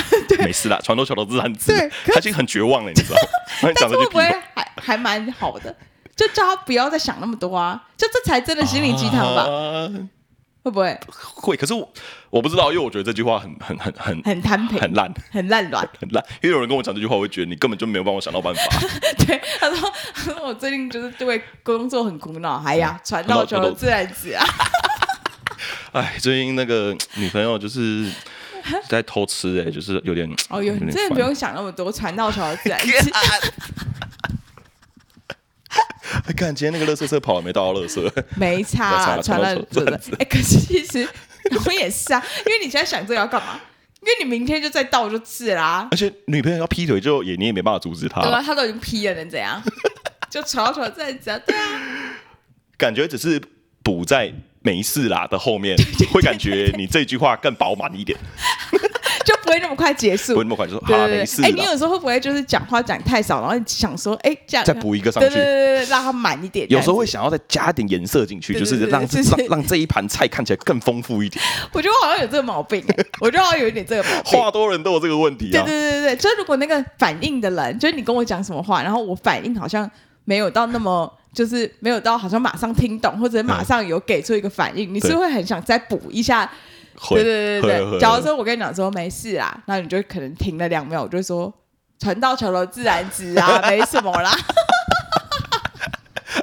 Speaker 1: 没事啦，船到桥头自然直
Speaker 2: 对，
Speaker 1: 他已经很绝望了，欸你知道？吗？然后 你
Speaker 2: 但
Speaker 1: 讲
Speaker 2: 是
Speaker 1: 这
Speaker 2: 会
Speaker 1: 句
Speaker 2: 不会
Speaker 1: 屁
Speaker 2: 还还蛮好的？就叫他不要再想那么多啊，就这才真的心灵鸡汤吧？
Speaker 1: 啊
Speaker 2: 会不会
Speaker 1: 会，可是我我不知道，因为我觉得这句话很很很很
Speaker 2: 很摊平、
Speaker 1: 很烂。
Speaker 2: 很烂软？
Speaker 1: 很烂，因为有人跟我讲这句话，我会觉得你根本就没有帮我想到 办法。
Speaker 2: 对，他说他说 我最近就是对工作很苦恼，哎
Speaker 1: 嗯
Speaker 2: 呀，船到桥头自然直啊。
Speaker 1: 哎，最近那个女朋友就是在偷吃、哎，就是 有点
Speaker 2: 哦，有
Speaker 1: 点
Speaker 2: 真的
Speaker 1: 烦
Speaker 2: 不用想那么多，船到桥头自然 直。
Speaker 1: 哎，看今天那个垃圾车跑还没到垃圾，
Speaker 2: 没差啊，
Speaker 1: 船
Speaker 2: 传
Speaker 1: 到
Speaker 2: 到
Speaker 1: 桥头
Speaker 2: 对
Speaker 1: 自
Speaker 2: 不
Speaker 1: 然直
Speaker 2: 对？哎，可是其实我也是啊，因为你现在想这个要干嘛？因为你明天就再到就是啦，
Speaker 1: 而且女朋友要劈腿就也你也没办法阻止
Speaker 2: 啊对啊吧？
Speaker 1: 她，
Speaker 2: 他都已经批了，能怎样？ 就船到桥头自然直啊，对啊，
Speaker 1: 感觉只是补在没事啦的后面，会感觉你这句话更饱满一点，
Speaker 2: 就不会那么快结
Speaker 1: 不会
Speaker 2: 束
Speaker 1: 那。么快就说
Speaker 2: 对
Speaker 1: 啊
Speaker 2: 对
Speaker 1: 没
Speaker 2: 对
Speaker 1: 事
Speaker 2: 对，哎，你
Speaker 1: 啦，
Speaker 2: 有时候会不会就是讲话讲太少，然后想说，哎，这样
Speaker 1: 再补一个上
Speaker 2: 对对
Speaker 1: 去。
Speaker 2: 对对，对让它满一点。
Speaker 1: 有时候
Speaker 2: 这样子
Speaker 1: 会想要再加一点颜色进去，
Speaker 2: 对
Speaker 1: 就
Speaker 2: 对
Speaker 1: 是
Speaker 2: 对
Speaker 1: 让
Speaker 2: 就是
Speaker 1: 让让这一盘菜看起来更丰富一点。
Speaker 2: 我觉得我好像有这个毛病、欸，我觉得好像有一点这个毛 病。
Speaker 1: 话多人都有这个问题
Speaker 2: 对
Speaker 1: 啊
Speaker 2: 对，对对，对就是如果那个反应的人，就是你跟我讲什么话，然后我反应好像没有到那么，就是没有到好像马上听懂，或者马上有给出一个反应，你是
Speaker 1: 对
Speaker 2: 会很想再补一下。
Speaker 1: 会
Speaker 2: 对对对
Speaker 1: 会
Speaker 2: 对
Speaker 1: 会
Speaker 2: 对，假如说我跟你讲说没事啊，那你就可能停了两秒，我就说。船到桥头自然直啊，没什么 啦。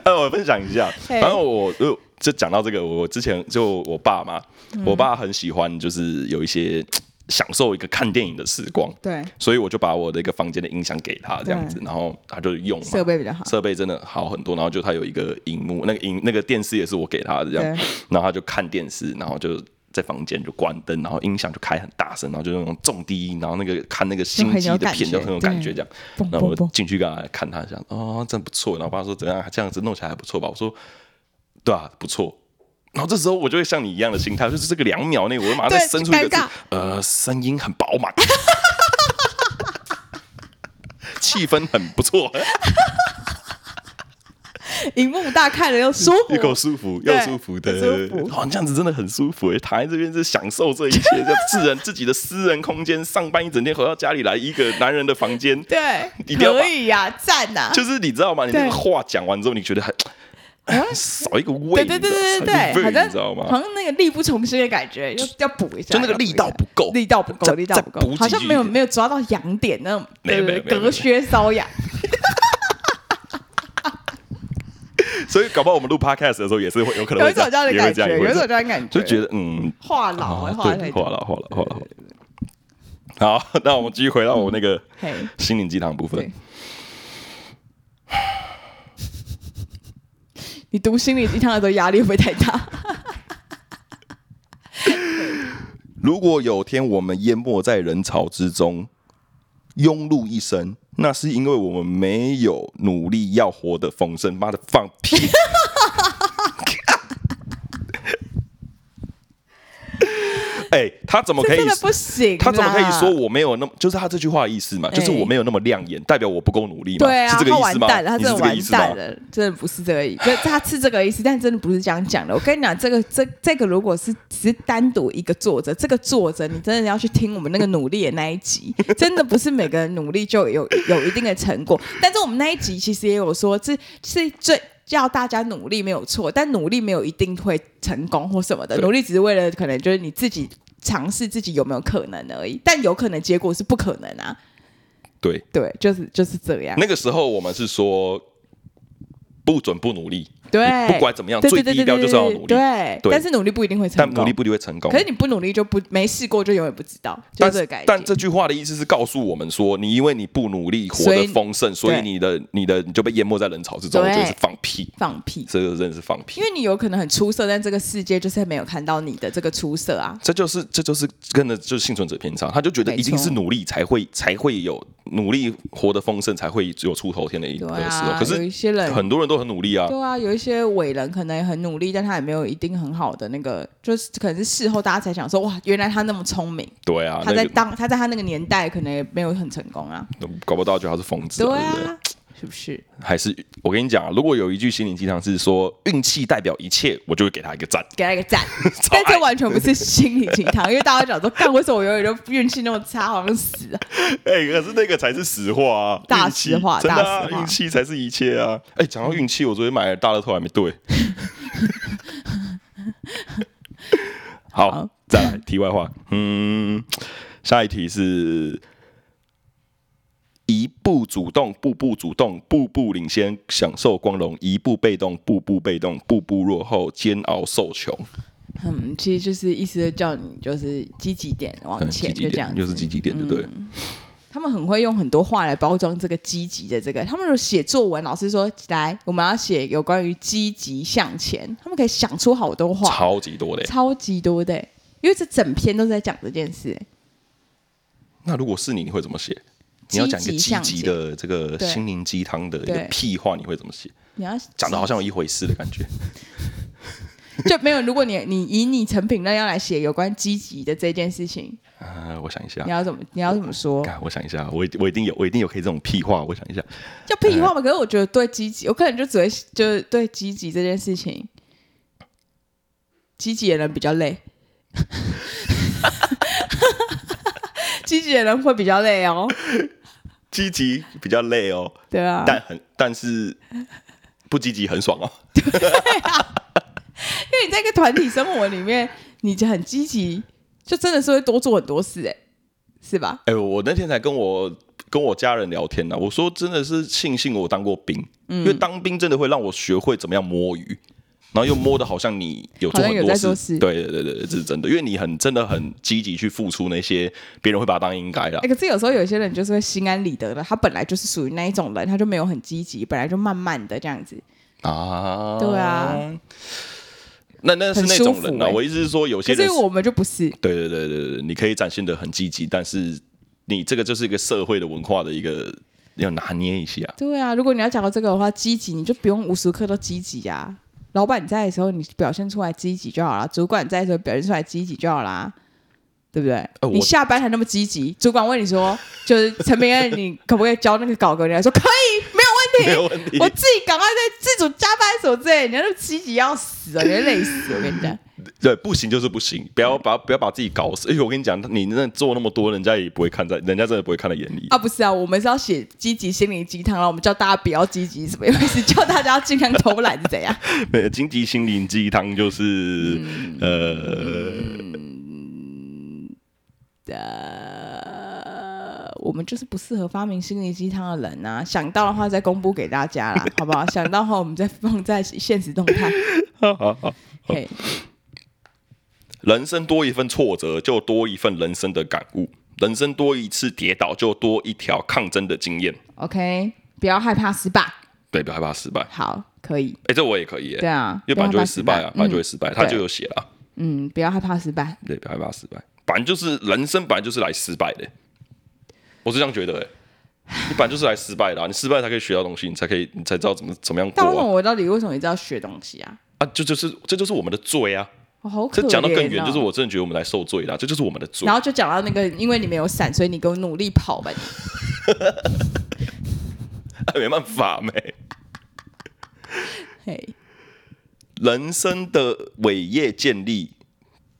Speaker 1: 呃，我分享一下，
Speaker 2: 嘿
Speaker 1: 反正我就就讲到这个，我之前就我爸嘛，我爸很喜欢就是有一些享受一个看电影的时光，
Speaker 2: 对，
Speaker 1: 所以我就把我的一个房间的音响给他这样子，然后他就用
Speaker 2: 设
Speaker 1: 嘛。
Speaker 2: 备比较好。
Speaker 1: 设备真的好很多，然后就他有一个荧幕，那个荧那个电视也是我给他的这样，
Speaker 2: 对
Speaker 1: 然后他就看电视，然后就在房间就关灯，然后音响就开很大声，然后就那种重低音，然后那个看那个星际的片就很有感觉这样。
Speaker 2: 蹦
Speaker 1: 然后
Speaker 2: 蹦
Speaker 1: 我
Speaker 2: 蹦，
Speaker 1: 进去跟他看他，想哦，真不错。然后我爸说怎样，这样子弄起来还不错吧？我说对啊，不错。然后这时候我就会像你一样的心态，就是这个两秒内，我会马上再
Speaker 2: 对
Speaker 1: 伸出一个字
Speaker 2: 尴尬，
Speaker 1: 呃，声音很饱满，气氛很不 错，
Speaker 2: 荧幕大看了又舒服
Speaker 1: 又，够舒服，又
Speaker 2: 对
Speaker 1: 舒服的，
Speaker 2: 很舒服
Speaker 1: 好哦像这样子真的很舒服、欸。躺在这边是享受这一切，这自然自己的私人空间，上班一整天回到家里来，一个男人的房间，
Speaker 2: 对
Speaker 1: 一，定要把
Speaker 2: 可以呀，赞啊呐！
Speaker 1: 就是你知道吗？你那个
Speaker 2: 对
Speaker 1: 话讲完之后，你觉得很
Speaker 2: 啊
Speaker 1: 少一个味，
Speaker 2: 对对对
Speaker 1: 你
Speaker 2: 对对
Speaker 1: 知道少
Speaker 2: 对，好
Speaker 1: 一个味
Speaker 2: 像
Speaker 1: 你知道吗？
Speaker 2: 好像那个力不从心的感觉，要要补一下，
Speaker 1: 就那个力道不够
Speaker 2: 要补一下
Speaker 1: 再
Speaker 2: 力道不够，力道不
Speaker 1: 再补
Speaker 2: 够，
Speaker 1: 几
Speaker 2: 好像没有
Speaker 1: 句
Speaker 2: 没有抓到痒点那种，
Speaker 1: 没有
Speaker 2: 对
Speaker 1: 没有
Speaker 2: 对
Speaker 1: 没有
Speaker 2: 对，隔靴搔痒，
Speaker 1: 所以搞不好我们录 podcast 的时候也是会 有可能
Speaker 2: 有
Speaker 1: 会
Speaker 2: 一种
Speaker 1: 这
Speaker 2: 这样
Speaker 1: 样，
Speaker 2: 的
Speaker 1: 也会
Speaker 2: 感
Speaker 1: 这样，
Speaker 2: 觉，
Speaker 1: 也
Speaker 2: 有
Speaker 1: 会
Speaker 2: 一
Speaker 1: 这样
Speaker 2: 种这样的感觉，
Speaker 1: 就觉得嗯，
Speaker 2: 话痨
Speaker 1: 啊
Speaker 2: 哎，话
Speaker 1: 对，
Speaker 2: 太
Speaker 1: 话
Speaker 2: 多，
Speaker 1: 了，话了，话了，话了。好，那我们继续回到我那个
Speaker 2: 嘿，
Speaker 1: 心灵鸡汤部分
Speaker 2: 对。你读心理鸡汤的时候压力会不会太大？
Speaker 1: 如果有天我们淹没在人潮之中，庸碌一生，那是因为我们没有努力要活得丰盛。妈的，放屁！ 哎、他怎么可
Speaker 2: 这
Speaker 1: 以
Speaker 2: 真？的不行啦，啊
Speaker 1: 他怎么可以说我没有那么？就是他这句话的意思嘛，就是我没有那么亮眼，代表我不够努力嘛？
Speaker 2: 哎对啊，
Speaker 1: 是这个
Speaker 2: 他
Speaker 1: 意思
Speaker 2: 完
Speaker 1: 吗？
Speaker 2: 蛋了，他
Speaker 1: 你
Speaker 2: 真
Speaker 1: 是
Speaker 2: 的
Speaker 1: 这个
Speaker 2: 完
Speaker 1: 意思吗
Speaker 2: 蛋？了，真的不是这个意思，就他是这个意思，但真的不是这样讲的。我跟你讲，这个这这个如果是只是单独一个作者，这个作者你真的要去听我们那个努力的那一集， 真的不是每个人努力就有有一定的成果。但是我们那一集其实也有说，这是最。叫大家努力没有错，但努力没有一定会成功或什么的，
Speaker 1: 对
Speaker 2: 努力只是为了可能就是你自己尝试自己有没有可能而已，但有可能结果是不可能啊，
Speaker 1: 对，
Speaker 2: 对，就是就是这样。
Speaker 1: 那个时候我们是说不准不努力，
Speaker 2: 对，
Speaker 1: 你不管怎么样，
Speaker 2: 对
Speaker 1: 最
Speaker 2: 对对
Speaker 1: 低调就是要努力，
Speaker 2: 对，
Speaker 1: 对
Speaker 2: 但是努力不一定会成
Speaker 1: 但
Speaker 2: 功，
Speaker 1: 努力不一定会成功
Speaker 2: 可。是你不努力就不没试过，就永远不知道，就
Speaker 1: 但
Speaker 2: 是这个概念。
Speaker 1: 但这句话的意思是告诉我们说，你因为你不努力，活
Speaker 2: 所以
Speaker 1: 得丰盛，所以
Speaker 2: 对
Speaker 1: 你的你的你就被淹没在人潮之中，我
Speaker 2: 对
Speaker 1: 觉得是放屁，
Speaker 2: 放屁，
Speaker 1: 这个真的是放屁
Speaker 2: 因。为你有可能很出色，但这个世界就是没有看到你的这个出色啊。
Speaker 1: 这就是这就是跟着就是幸存者偏差，他就觉得
Speaker 2: 没
Speaker 1: 一定
Speaker 2: 错
Speaker 1: 是努力才会
Speaker 2: 啊
Speaker 1: 才会有努力活得丰盛才会有出头天的一
Speaker 2: 对
Speaker 1: 个时候，
Speaker 2: 啊，
Speaker 1: 可
Speaker 2: 有一
Speaker 1: 是
Speaker 2: 些人。
Speaker 1: 很多人都很努力啊，
Speaker 2: 对啊，有一些伟人可能也很努力，但他也没有一定很好的那个，就是可能是事后大家才想说，哇，原来他那么聪明，
Speaker 1: 对啊，
Speaker 2: 他
Speaker 1: 那
Speaker 2: 在
Speaker 1: 个
Speaker 2: 当他在他那个年代可能也没有很成功啊，
Speaker 1: 搞不到觉得他是疯子，
Speaker 2: 对
Speaker 1: 对不对？
Speaker 2: 啊，是不是？
Speaker 1: 还是我跟你讲啊，如果有一句心灵鸡汤是说运气代表一切，我就会给他一个赞，
Speaker 2: 给他一 个赞，
Speaker 1: 超
Speaker 2: 但
Speaker 1: 爱
Speaker 2: 这完全不是心理鸡
Speaker 1: 哦哎
Speaker 2: 汤，因为大家讲说，干为什么我永远都运气那么差，好像死了。
Speaker 1: 哎、可是那个才是实话啊，
Speaker 2: 大
Speaker 1: 运气
Speaker 2: 实话
Speaker 1: 真的啊
Speaker 2: 大实话
Speaker 1: 运气才是一切啊！哎、讲到运气，我昨天买了大乐透还没对。好
Speaker 2: 好，
Speaker 1: 再来题外话，嗯，下一题是。一步主动，步步主动，步步领先，享受光荣；一步被动，步步被动，步步落后，煎熬受穷。
Speaker 2: 嗯，其实就是意思就叫你就是积极点往
Speaker 1: 嗯积
Speaker 2: 前，
Speaker 1: 极
Speaker 2: 就这样
Speaker 1: 点，
Speaker 2: 子。嗯
Speaker 1: 就是积极点，对不对？
Speaker 2: 他们很会用很多话来包装这个积极的这个。他们有写作文，老师说来，我们要写有关于积极向前，他们可以想出好多话，
Speaker 1: 超级多的欸。
Speaker 2: 超级多的欸、因为这整篇都在讲这件事欸、
Speaker 1: 那如果是你，你会怎么写？你要讲一个积极的这个
Speaker 2: 对
Speaker 1: 心灵鸡汤的一个
Speaker 2: 对
Speaker 1: 屁话，你会怎么写？
Speaker 2: 你要
Speaker 1: 讲的好像有一回事的感觉。
Speaker 2: 就没有。如果你你以你成品那样来写有关积极的这件 事情，
Speaker 1: 啊，我想一下
Speaker 2: 你，要怎么你要怎么说？
Speaker 1: 干，我想一下，我一我一定有，我一定有可以这种屁话。我想一下，
Speaker 2: 叫屁
Speaker 1: 哎
Speaker 2: 话嘛。可是我觉得对积极，我可能就只会就是对积极这件事情，积极的人比较累， 积极的人会比较累哦。
Speaker 1: 积极比较累哦，
Speaker 2: 对啊，
Speaker 1: 但很但是不积极很爽哦。
Speaker 2: 因为你在一个团体生活里面，你就很积极，就真的是会多做很多事、哎，是吧？
Speaker 1: 哎、我那天才跟我跟我家人聊天呢、我说真的是庆幸我当过兵，因
Speaker 2: 嗯
Speaker 1: 为当兵真的会让我学会怎么样摸鱼，然后又摸的好像你有做
Speaker 2: 好像
Speaker 1: 很
Speaker 2: 有
Speaker 1: 多
Speaker 2: 在
Speaker 1: 事，
Speaker 2: 做事
Speaker 1: 对对对对，这是真的，因为你很真的很积极去付出那些别人会把它当应该的
Speaker 2: 哎、。可是有时候有些人就是会心安理得的，他本来就是属于那一种人，他就没有很积极，本来就慢慢的这样子。
Speaker 1: 啊，
Speaker 2: 哎对啊，
Speaker 1: 那那是那种
Speaker 2: 很舒
Speaker 1: 人
Speaker 2: 服
Speaker 1: 啊，
Speaker 2: 欸
Speaker 1: 我意思是说有些
Speaker 2: 可
Speaker 1: 人
Speaker 2: 是
Speaker 1: 是，
Speaker 2: 我们就不是，
Speaker 1: 对对对对对，你可以展现的很积极，但是你这个就是一个社会的文化的一个要拿捏一下。
Speaker 2: 对啊，如果你要讲到这个的话，积极你就不用无时无刻都积极啊。老板在的时候，你表现出来积极就好啦；主管在的时候，表现出来积极就好啦，对不对？
Speaker 1: 我
Speaker 2: 你下班还那么积极，主管问你说，就是陈明恩，你可不可以交那个稿给人家？说可以，没
Speaker 1: 没
Speaker 2: 有
Speaker 1: 有
Speaker 2: 问题。
Speaker 1: 问题，
Speaker 2: 我自己赶快在自主加班什么之类的，人家都积极要死了，人家累死了。我跟你讲，
Speaker 1: 对，不行就是不行，不要
Speaker 2: 嗯
Speaker 1: 把不要把自己搞死。而哎且我跟你讲，你那做那么多，人家也不会看在，人家真的不会看在眼里。
Speaker 2: 啊，不是啊，我们是要写积极心灵鸡汤，然后我们叫大家不要积极，什么意思？ 叫大家要尽量偷懒是怎样？
Speaker 1: 没有经济心灵鸡汤就是、
Speaker 2: 嗯
Speaker 1: 呃，
Speaker 2: 呃，我们就是不适合发明心灵鸡汤的人啊！想到的话再公布给大家啦，好不好？想到的话我们再放在现实动 态。
Speaker 1: 好好好
Speaker 2: 嘿，
Speaker 1: 人生多一份挫折，就多一份人生的感悟；人生多一次跌倒，就多一条抗争的经验。
Speaker 2: OK，不要害怕失败，
Speaker 1: 对，不要害怕失败。
Speaker 2: 好，可以，
Speaker 1: 哎、这我也可以、欸，
Speaker 2: 对啊，
Speaker 1: 因为
Speaker 2: 不
Speaker 1: 本来就
Speaker 2: 要害怕
Speaker 1: 会失败啊，本来就会失败，他
Speaker 2: 对
Speaker 1: 就有写了啊。
Speaker 2: 嗯，不要害怕失败，
Speaker 1: 对，不要害怕失败，反正就是人生本来就是来失败的、我是这样觉得、欸。你本来就是来失败的啊、你失败才可以学到东西，你才可以，你才知道怎么怎么样过
Speaker 2: 但为什
Speaker 1: 啊
Speaker 2: 么我到底为什么一直要学东西啊？
Speaker 1: 啊！这就是这就是我们的罪啊！
Speaker 2: 哦好可
Speaker 1: 这
Speaker 2: 怜、哦。
Speaker 1: 讲到更远，就是我真的觉得我们来受罪啦，这就是我们的罪
Speaker 2: 然。后就讲到那个，因为你没有伞，所以你给我努力跑吧。你
Speaker 1: 哎没办法没，
Speaker 2: 嘿，
Speaker 1: 人生的伟业建立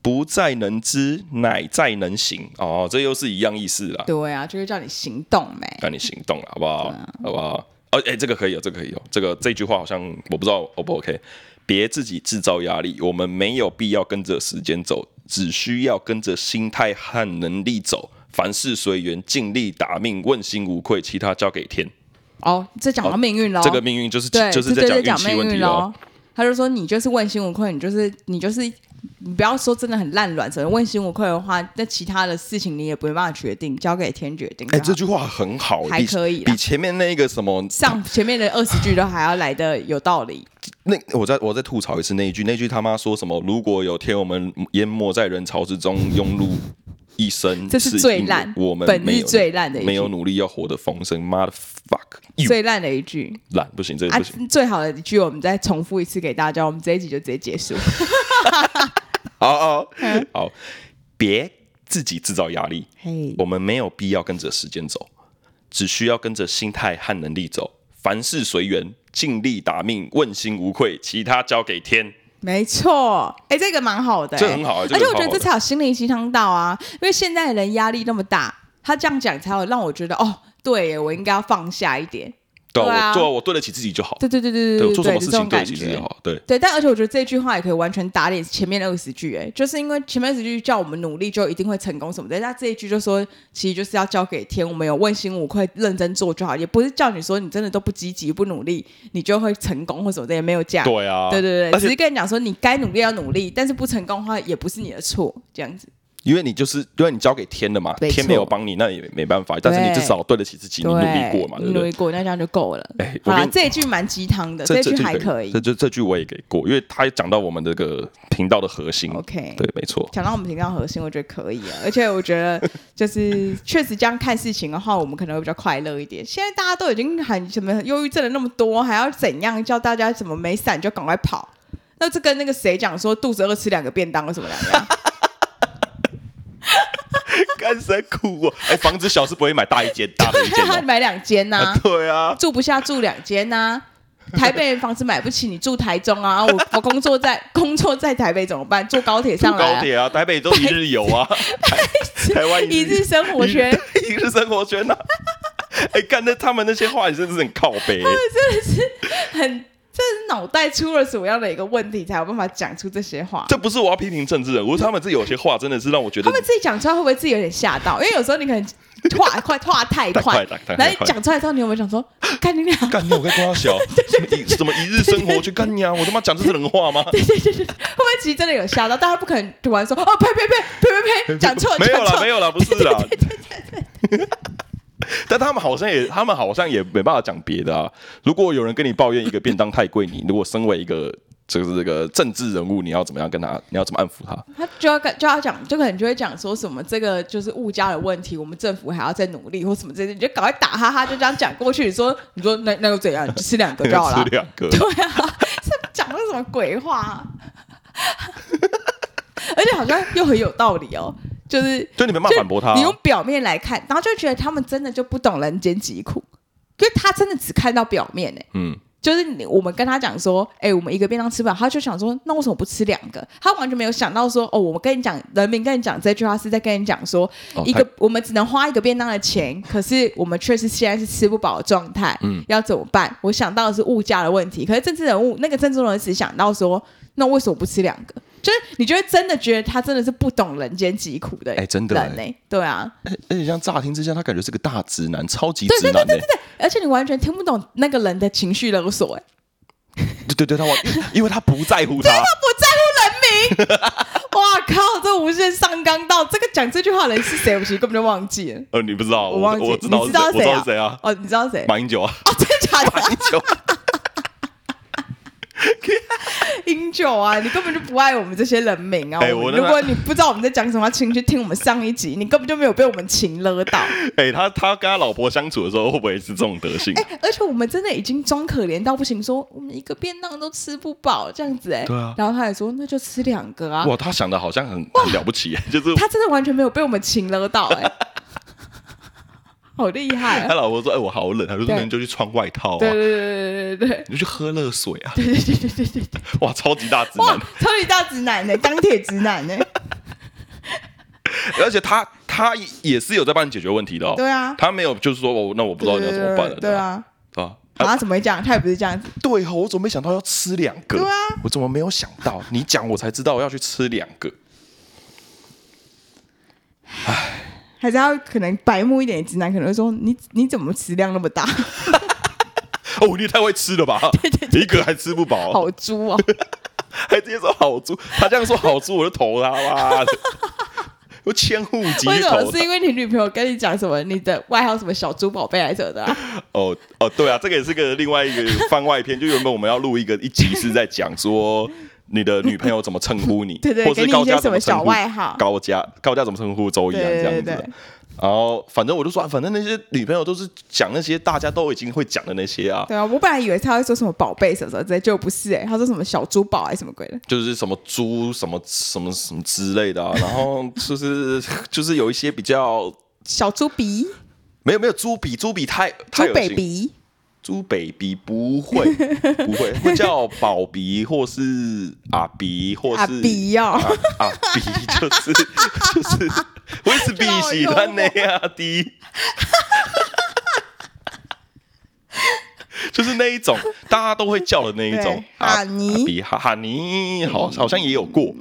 Speaker 1: 不在能知，乃在能行。哦，这又是一样意思啦，
Speaker 2: 对啊，就是叫你行动没？
Speaker 1: 让你行动了，好不好？
Speaker 2: 对啊
Speaker 1: 好不好？哦，哎、这个可以哦，这个可以哦，这个这句话好像我不知道 O 不 OK。别自己制造压力，我们没有必要跟着时间走，只需要跟着心态和能力走。凡事随缘，尽力打命，问心无愧，其他交给天。
Speaker 2: 哦，这讲到命运喽、
Speaker 1: 这个命运就是
Speaker 2: 对，
Speaker 1: 就是
Speaker 2: 这
Speaker 1: 在
Speaker 2: 讲
Speaker 1: 运气
Speaker 2: 命
Speaker 1: 问题
Speaker 2: 运
Speaker 1: 哦
Speaker 2: 喽。。他就说你就是问心无愧，你就是你就是你不要说真的很烂卵，只能问心无愧的话，那其他的事情你也不没办法决定，交给天决定就
Speaker 1: 哎、
Speaker 2: 好。
Speaker 1: 这句话很好，
Speaker 2: 还
Speaker 1: 比
Speaker 2: 可以啊啦
Speaker 1: 比前面那个什么
Speaker 2: 上前面的二十句都还要来的有道理，
Speaker 1: 那我再我再吐槽一次那一句，那句他妈说什么？如果有天我们淹没在人潮之中，庸碌一生，
Speaker 2: 这是最烂
Speaker 1: 因为我们
Speaker 2: 本日
Speaker 1: 没有
Speaker 2: 最烂的一句
Speaker 1: 没有努力要活得丰盛，妈的 fuck you
Speaker 2: 最烂的一句
Speaker 1: 烂不行，这个
Speaker 2: 啊
Speaker 1: 不行。，
Speaker 2: 最好的一句我们再重复一次给大家，我们这一集就直接结 束。啊
Speaker 1: 好好
Speaker 2: 嗯
Speaker 1: 好，别自己制造压力，
Speaker 2: 嘿
Speaker 1: 我们没有必要跟着时间走，只需要跟着心态和能力走，凡事随缘，尽力打命，问心无愧，其他交给天。
Speaker 2: 没错，哎、这个蛮好的、
Speaker 1: 这很好啊
Speaker 2: 而
Speaker 1: 这个
Speaker 2: 且我
Speaker 1: 超
Speaker 2: 觉得
Speaker 1: 好
Speaker 2: 这
Speaker 1: 的
Speaker 2: 才有心灵鸡汤到啊，因为现在人压力那么大，他这样讲才有让我觉得哦，对耶，我应该要放下一点。
Speaker 1: 对
Speaker 2: 对啊
Speaker 1: 啊，我对啊，我对得起自己就好。
Speaker 2: 对对对对
Speaker 1: 对我
Speaker 2: 对
Speaker 1: 做什么事
Speaker 2: 这种
Speaker 1: 情对得
Speaker 2: 感
Speaker 1: 起自己就
Speaker 2: 觉。
Speaker 1: 好。对，
Speaker 2: 对，但而且我觉得这句话也可以完全打脸前面的二十句，哎，就是因为前面二十句叫我们努力就一定会成功什么的，那这一句就说其实就是要交给天，我们有问心无愧，认真做就好，也不是叫你说你真的都不积极不努力，你就会成功或什么的，也没有这样。
Speaker 1: 对啊，
Speaker 2: 对对对，
Speaker 1: 而
Speaker 2: 只
Speaker 1: 且
Speaker 2: 是跟你讲说你该努力要努力，但是不成功的话也不是你的错，这样子。
Speaker 1: 因为你就是因为你交给天了嘛，
Speaker 2: 没错
Speaker 1: 天没有帮你，那也没办法。但是你至少对得起自己，你努力过嘛，对
Speaker 2: 你
Speaker 1: 不
Speaker 2: 努
Speaker 1: 对
Speaker 2: 力？过，那这样就够了。
Speaker 1: 哎
Speaker 2: 好
Speaker 1: 我
Speaker 2: 啦
Speaker 1: 跟，你
Speaker 2: 这一句蛮鸡汤的，一句还可以
Speaker 1: 这。这这句我也给过，因为他讲到我们这个频道的核心。
Speaker 2: OK，
Speaker 1: 对，没错。
Speaker 2: 讲到我们频道核心，我觉得可以啊。而且我觉得就是确实这样看事情的话，我们可能会比较快乐一点。现在大家都已经很什么忧郁症的那么多，还要怎样叫大家怎么没伞就赶快跑？那这跟那个谁讲说肚子饿吃两个便当有什么两 样？
Speaker 1: 啊干谁哭啊？哎，房子小是不会买大一间，大的一间
Speaker 2: 你
Speaker 1: 哦。
Speaker 2: 买两间 呐、
Speaker 1: 啊对啊，
Speaker 2: 住不下住两间呐、 台北房子买不起，你住台中啊？我我工作在 工作在台北怎么办？坐高铁
Speaker 1: 住
Speaker 2: 上来、
Speaker 1: 高
Speaker 2: 啊，
Speaker 1: 铁啊，台北都一日游 啊，台湾
Speaker 2: 一日生活圈，
Speaker 1: 一日生活圈呐。啊 哎，干那他们那些话，你真的是很靠 北。
Speaker 2: 啊很这是脑袋出了什么样的一个问题，才有办法讲出这些话？
Speaker 1: 这不是我要批评政治人物，他们这有些话真的是让我觉
Speaker 2: 他
Speaker 1: 得
Speaker 2: 们自己讲出来会不会自己有点吓到？因为有时候你可能话快话太
Speaker 1: 太
Speaker 2: 快
Speaker 1: 快太，快
Speaker 2: 然后你讲出来之后，你有没有想说， 看你俩？
Speaker 1: 干你我该多 小？什么一什么一日生活去干你啊？我他妈讲这是人话吗？
Speaker 2: 对对对对，会不会其实真的有吓到？但他不可能突然说哦呸呸呸呸呸呸，讲错
Speaker 1: 没有
Speaker 2: 讲
Speaker 1: 啦，
Speaker 2: 错
Speaker 1: 没，有啦，不是啦。 但他们好像也，他们好像也没办法讲别的啊。如果有人跟你抱怨一个便当太贵，你如果身为一个就是这个政治人物，你要怎么样跟他？你要怎么安抚他？
Speaker 2: 他就要跟就要讲，就可能就会讲说什么这个就是物价的问题，我们政府还要再努力或什么这些，你就赶快打哈哈，就这样讲过去。你说你说那那又怎样？你就吃两个就好 了
Speaker 1: 吃。两个，
Speaker 2: 对啊，这讲的什么鬼话 啊、而且好像又很有道理哦，就是
Speaker 1: 就你没办法反驳他
Speaker 2: 你用
Speaker 1: 啊。
Speaker 2: 表面来看，然后就觉得他们真的就不懂人间疾苦，因为他真的只看到表面欸呢、
Speaker 1: 嗯，
Speaker 2: 就是你我们跟他讲说，哎、我们一个便当吃不了，他就想说，那为什么不吃两个？他完全没有想到说，哦，我们跟你讲，人民跟你讲这句话是在跟你讲说，
Speaker 1: 哦
Speaker 2: 一个我们只能花一个便当的钱，可是我们确实现在是吃不饱的状态，嗯，要怎么办？我想到的是物价的问题，可是政治人物那个政治人物只想到说，那为什么不吃两个？就是你觉得真的觉得他真的是不懂人间疾苦的人呢、
Speaker 1: 哎真的哎
Speaker 2: 对啊，
Speaker 1: 而而哎且像乍听之下，他感觉是个大直男，超级
Speaker 2: 对
Speaker 1: 直
Speaker 2: 对
Speaker 1: 男欸
Speaker 2: 对
Speaker 1: 呢、
Speaker 2: 对对，而且你完全听不懂那个人的情绪勒索、哎，
Speaker 1: 对对对，他完，因为 因为他不在乎他，
Speaker 2: 不在乎人民。 哇靠！这无限上纲到这个讲这句话的人是谁？我其实根本就忘记了，
Speaker 1: 呃，你不知道，我
Speaker 2: 忘记。
Speaker 1: 我知道
Speaker 2: 你
Speaker 1: 是
Speaker 2: 知道
Speaker 1: 我知道
Speaker 2: 啊？
Speaker 1: 是谁啊？
Speaker 2: 哦，你知道谁？
Speaker 1: 马英九啊，
Speaker 2: 哦，真的假的？
Speaker 1: 马英九。
Speaker 2: 饮酒啊，你根本就不爱我们这些人民啊！
Speaker 1: 哎
Speaker 2: 我
Speaker 1: 我
Speaker 2: 们
Speaker 1: 那
Speaker 2: 如果你不知道我们在讲什么，请你去听我们上一集，你根本就没有被我们情勒到。
Speaker 1: 哎、他他跟他老婆相处的时候，会不会是这种德性？啊
Speaker 2: 哎、而且我们真的已经装可怜到不行，说我们一个便当都吃不饱这样子哎、
Speaker 1: 对啊
Speaker 2: 然后他也说那就吃两个啊。
Speaker 1: 哇，他想的好像很很了不起，啊就是
Speaker 2: 他真的完全没有被我们情勒到 哎、好厉害、
Speaker 1: 他
Speaker 2: 啊！
Speaker 1: 老婆说：“哎、我好冷。”他说：“
Speaker 2: 对
Speaker 1: 那你就去穿外套
Speaker 2: 对
Speaker 1: 啊，
Speaker 2: 对对对对 对
Speaker 1: 你就去喝热水啊。
Speaker 2: 对对对对对对！”
Speaker 1: 哇，超级大直
Speaker 2: 哇
Speaker 1: 男，，
Speaker 2: 超级大直男呢、钢铁直男欸呢、
Speaker 1: 而且他他也是有在帮你解决问题 的哦。
Speaker 2: 对啊
Speaker 1: 他没有就是说哦，那我不知道你要怎么办了。
Speaker 2: 对，啊，
Speaker 1: 对吧啊，
Speaker 2: 啊，怎么会这样？他也不是这样子，
Speaker 1: 对哦，我怎么没想到要吃两个？
Speaker 2: 对啊
Speaker 1: 我怎么没有想到？你讲我才知道我要去吃两个。
Speaker 2: 还是他可能白目一点的直男可能会说你你怎么食量那么大，
Speaker 1: 哦，你也太会吃了吧？一个还吃不饱，
Speaker 2: 好猪哦！
Speaker 1: 还直接说好猪，他这样说好猪，我就投他妈的，我千户籍
Speaker 2: 为什
Speaker 1: 投
Speaker 2: 么？
Speaker 1: 他
Speaker 2: 是。因为你女朋友跟你讲什么，你的外号什么小猪宝贝来着的、啊？
Speaker 1: 哦哦，对啊，这个也是个另外一个番外篇，就原本我们要录一个一集是在讲说你的女朋友怎么称呼你，
Speaker 2: 对对
Speaker 1: 或
Speaker 2: 给
Speaker 1: 是
Speaker 2: 你
Speaker 1: 高
Speaker 2: 一些
Speaker 1: 家
Speaker 2: 什
Speaker 1: 怎
Speaker 2: 么
Speaker 1: 么称
Speaker 2: 小
Speaker 1: 呼
Speaker 2: 外号
Speaker 1: 高家高家怎么称呼周易啊这
Speaker 2: 对
Speaker 1: 样
Speaker 2: 对
Speaker 1: 子
Speaker 2: 对
Speaker 1: 的。然后反正我就说，啊反正那些女朋友都是讲那些大家都已经会讲的那些啊，
Speaker 2: 对啊，我本来以为他会说什么宝贝什么什么之类，结果不是哎、他说什么小猪宝还是什么鬼的。
Speaker 1: 就是什么猪什么什么什么之类的啊。然后 就是就是有一些比较
Speaker 2: 小猪鼻、
Speaker 1: 没有没有猪比猪比太
Speaker 2: 猪
Speaker 1: 太恶
Speaker 2: 北
Speaker 1: 心，
Speaker 2: 鼻，
Speaker 1: 猪北鼻不会不会会叫宝鼻或是阿鼻或是
Speaker 2: 阿鼻哦
Speaker 1: 啊阿鼻就是 就是我也是鼻喜欢那样的， 就是那一种大家都会叫的那一种
Speaker 2: 对
Speaker 1: 啊
Speaker 2: 哈尼嗯
Speaker 1: 阿鼻哈哈尼好好像也有过，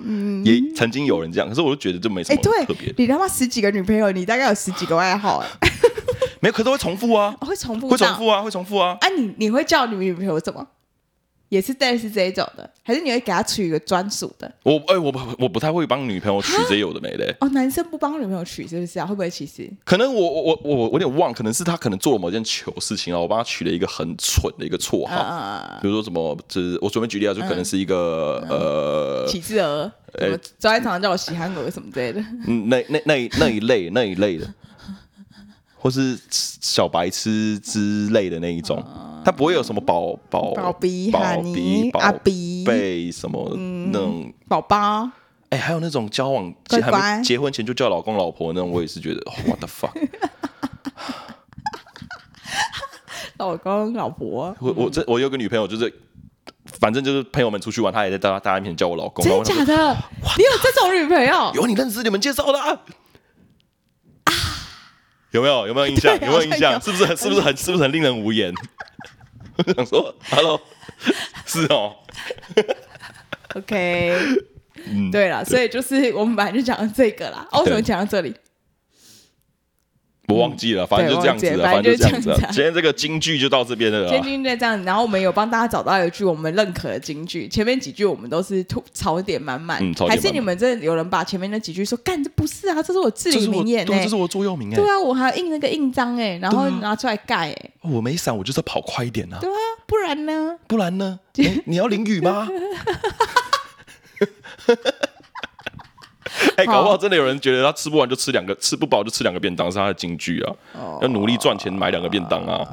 Speaker 1: 也曾经有人这样，可是我就觉得这没什
Speaker 2: 哎、
Speaker 1: 么特别
Speaker 2: 对
Speaker 1: 的，，
Speaker 2: 你他妈十几个女朋友，你大概有十几个外号哎、
Speaker 1: 没有可是会重复啊，
Speaker 2: 哦会重复
Speaker 1: 会重
Speaker 2: 到
Speaker 1: 复啊，会重复啊。
Speaker 2: 啊，你你会叫你女朋友什么？也是类似这一种的，还是你会给她取一个专属的？
Speaker 1: 我哎、我不我不太会帮女朋友取这有的没的、
Speaker 2: 哦，男生不帮女朋友取是不是啊？会不会歧视？
Speaker 1: 可能我我我我我有点忘，可能是他可能做了某件糗事情啊，我帮他取了一个很蠢的一个绰
Speaker 2: 啊
Speaker 1: 号，
Speaker 2: 啊
Speaker 1: 比如说什么，就是我随便举例啊，就可能是一个、
Speaker 2: 啊！
Speaker 1: 呃
Speaker 2: 歧视鹅，
Speaker 1: 哎
Speaker 2: 什么昨天常常叫我喜憨鹅什么之 类的，
Speaker 1: 嗯那那那那一类那一类的，或是小白痴之类的那一种，他不会有什么宝宝
Speaker 2: 宝比哈
Speaker 1: 宝
Speaker 2: 尼
Speaker 1: 比
Speaker 2: 阿
Speaker 1: 宝
Speaker 2: 比
Speaker 1: 贝什么那种，
Speaker 2: 宝宝
Speaker 1: 哎、还有那种交往
Speaker 2: 乖乖
Speaker 1: 还没结婚前就叫老公老婆那种，我也是觉得、哦、what the fuck。
Speaker 2: 老公老婆，
Speaker 1: 我我这我有个女朋友，就是反正就是朋友们出去玩，她也在大家大家面前叫我老公。
Speaker 2: 真
Speaker 1: 然
Speaker 2: 的
Speaker 1: 后我想
Speaker 2: 假
Speaker 1: 说
Speaker 2: 的？你有这种女朋友？
Speaker 1: 有你认识你们介绍的、啊。有没有有没有印象？
Speaker 2: 啊对
Speaker 1: 有没有印象？
Speaker 2: 好像有
Speaker 1: 是不是很是不是很是不是很令人无言？ 我想说，Hello，是哦，
Speaker 2: OK，
Speaker 1: 嗯
Speaker 2: 对了，所以就是我们本来就讲到这个啦。哦，为什么
Speaker 1: 对
Speaker 2: 讲到这里？
Speaker 1: 我忘记了，反正就这样子
Speaker 2: 嗯对
Speaker 1: 了，
Speaker 2: 忘
Speaker 1: 反
Speaker 2: 记了
Speaker 1: 正就这样子了
Speaker 2: 反正就这样子啊。
Speaker 1: 今天这个京剧就到这边了
Speaker 2: 今
Speaker 1: 啦。
Speaker 2: 天就这样，然后我们有帮大家找到一句我们认可的金句，前面几句我们都是吐槽点满满，
Speaker 1: 嗯槽点满满
Speaker 2: 还是你们真的有人把前面那几句说干这不是啊，这是我至
Speaker 1: 这
Speaker 2: 理
Speaker 1: 是我
Speaker 2: 名言
Speaker 1: 对
Speaker 2: 哎、
Speaker 1: 啊，这是我座右铭哎
Speaker 2: 对。啊，我还要印那个印章哎、然后
Speaker 1: 对啊
Speaker 2: 拿出来盖哎、
Speaker 1: 哦我没伞，我就是要跑快一点啊，
Speaker 2: 对啊，不然呢？
Speaker 1: 不然呢？你你要淋雨吗？ 哎、搞不好真的有人觉得他吃不完就吃两个，吃不饱就吃两个便当是他的金句啊！要努力赚钱买两个便当啊，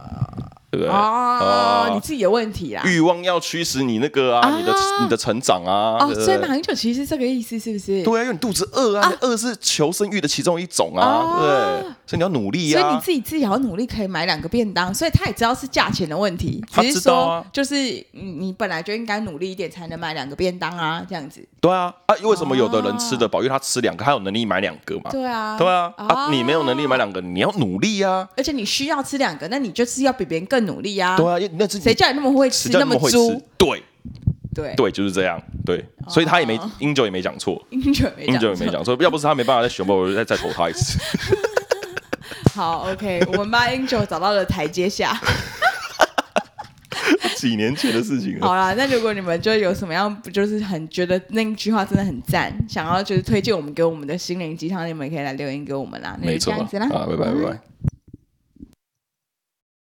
Speaker 1: 对不对？
Speaker 2: 哦，
Speaker 1: 啊
Speaker 2: 你自己有问题啦。
Speaker 1: 欲望要驱使你那个啊，
Speaker 2: 啊
Speaker 1: 你的你的成长啊，
Speaker 2: 哦，
Speaker 1: 对不
Speaker 2: 所以马
Speaker 1: 对？
Speaker 2: 英九其实是这个意思，是不是？
Speaker 1: 对啊，因为你肚子饿啊，饿是求生欲的其中一种啊，
Speaker 2: 啊
Speaker 1: 对不对，所以你要努力
Speaker 2: 所以你
Speaker 1: 啊。
Speaker 2: 自己自己也要努力，可以买两个便当。所以他也知道是价钱的问题，
Speaker 1: 他
Speaker 2: 只是
Speaker 1: 知道
Speaker 2: 说
Speaker 1: 啊
Speaker 2: 就是你你本来就应该努力一点才能买两个便当啊，这样子。
Speaker 1: 对啊，啊，为什么有的人吃得饱？因为他吃两个，他有能力买两个嘛。
Speaker 2: 哦对啊，
Speaker 1: 对啊，啊，
Speaker 2: 哦
Speaker 1: 你没有能力买两个，你要努力啊。
Speaker 2: 而且你需要吃两个，那你就是要比别人更努力啊。
Speaker 1: 对啊，因为那是你
Speaker 2: 谁叫你那么会吃
Speaker 1: 谁叫你
Speaker 2: 么
Speaker 1: 们会
Speaker 2: 猪
Speaker 1: 吃？？对
Speaker 2: 对，
Speaker 1: 对，就是这样。对，所以他也没英九也没讲错，
Speaker 2: 英九没
Speaker 1: 英
Speaker 2: 讲
Speaker 1: 九
Speaker 2: 错
Speaker 1: 也没讲错。要不是他没办法再选吧，我就再再投他一次。
Speaker 2: 好，OK，我 们把英九找到了台 阶下。
Speaker 1: 几年前的事情了。
Speaker 2: 好啦，那如果你们就有什么样，不就是很觉得那句话真的很赞，想要就是推荐我们给我们的心灵鸡汤，你们也可以来留言给我们啦。那
Speaker 1: 没错
Speaker 2: 就这样
Speaker 1: 啊
Speaker 2: 子啦，
Speaker 1: 啊，拜拜拜拜。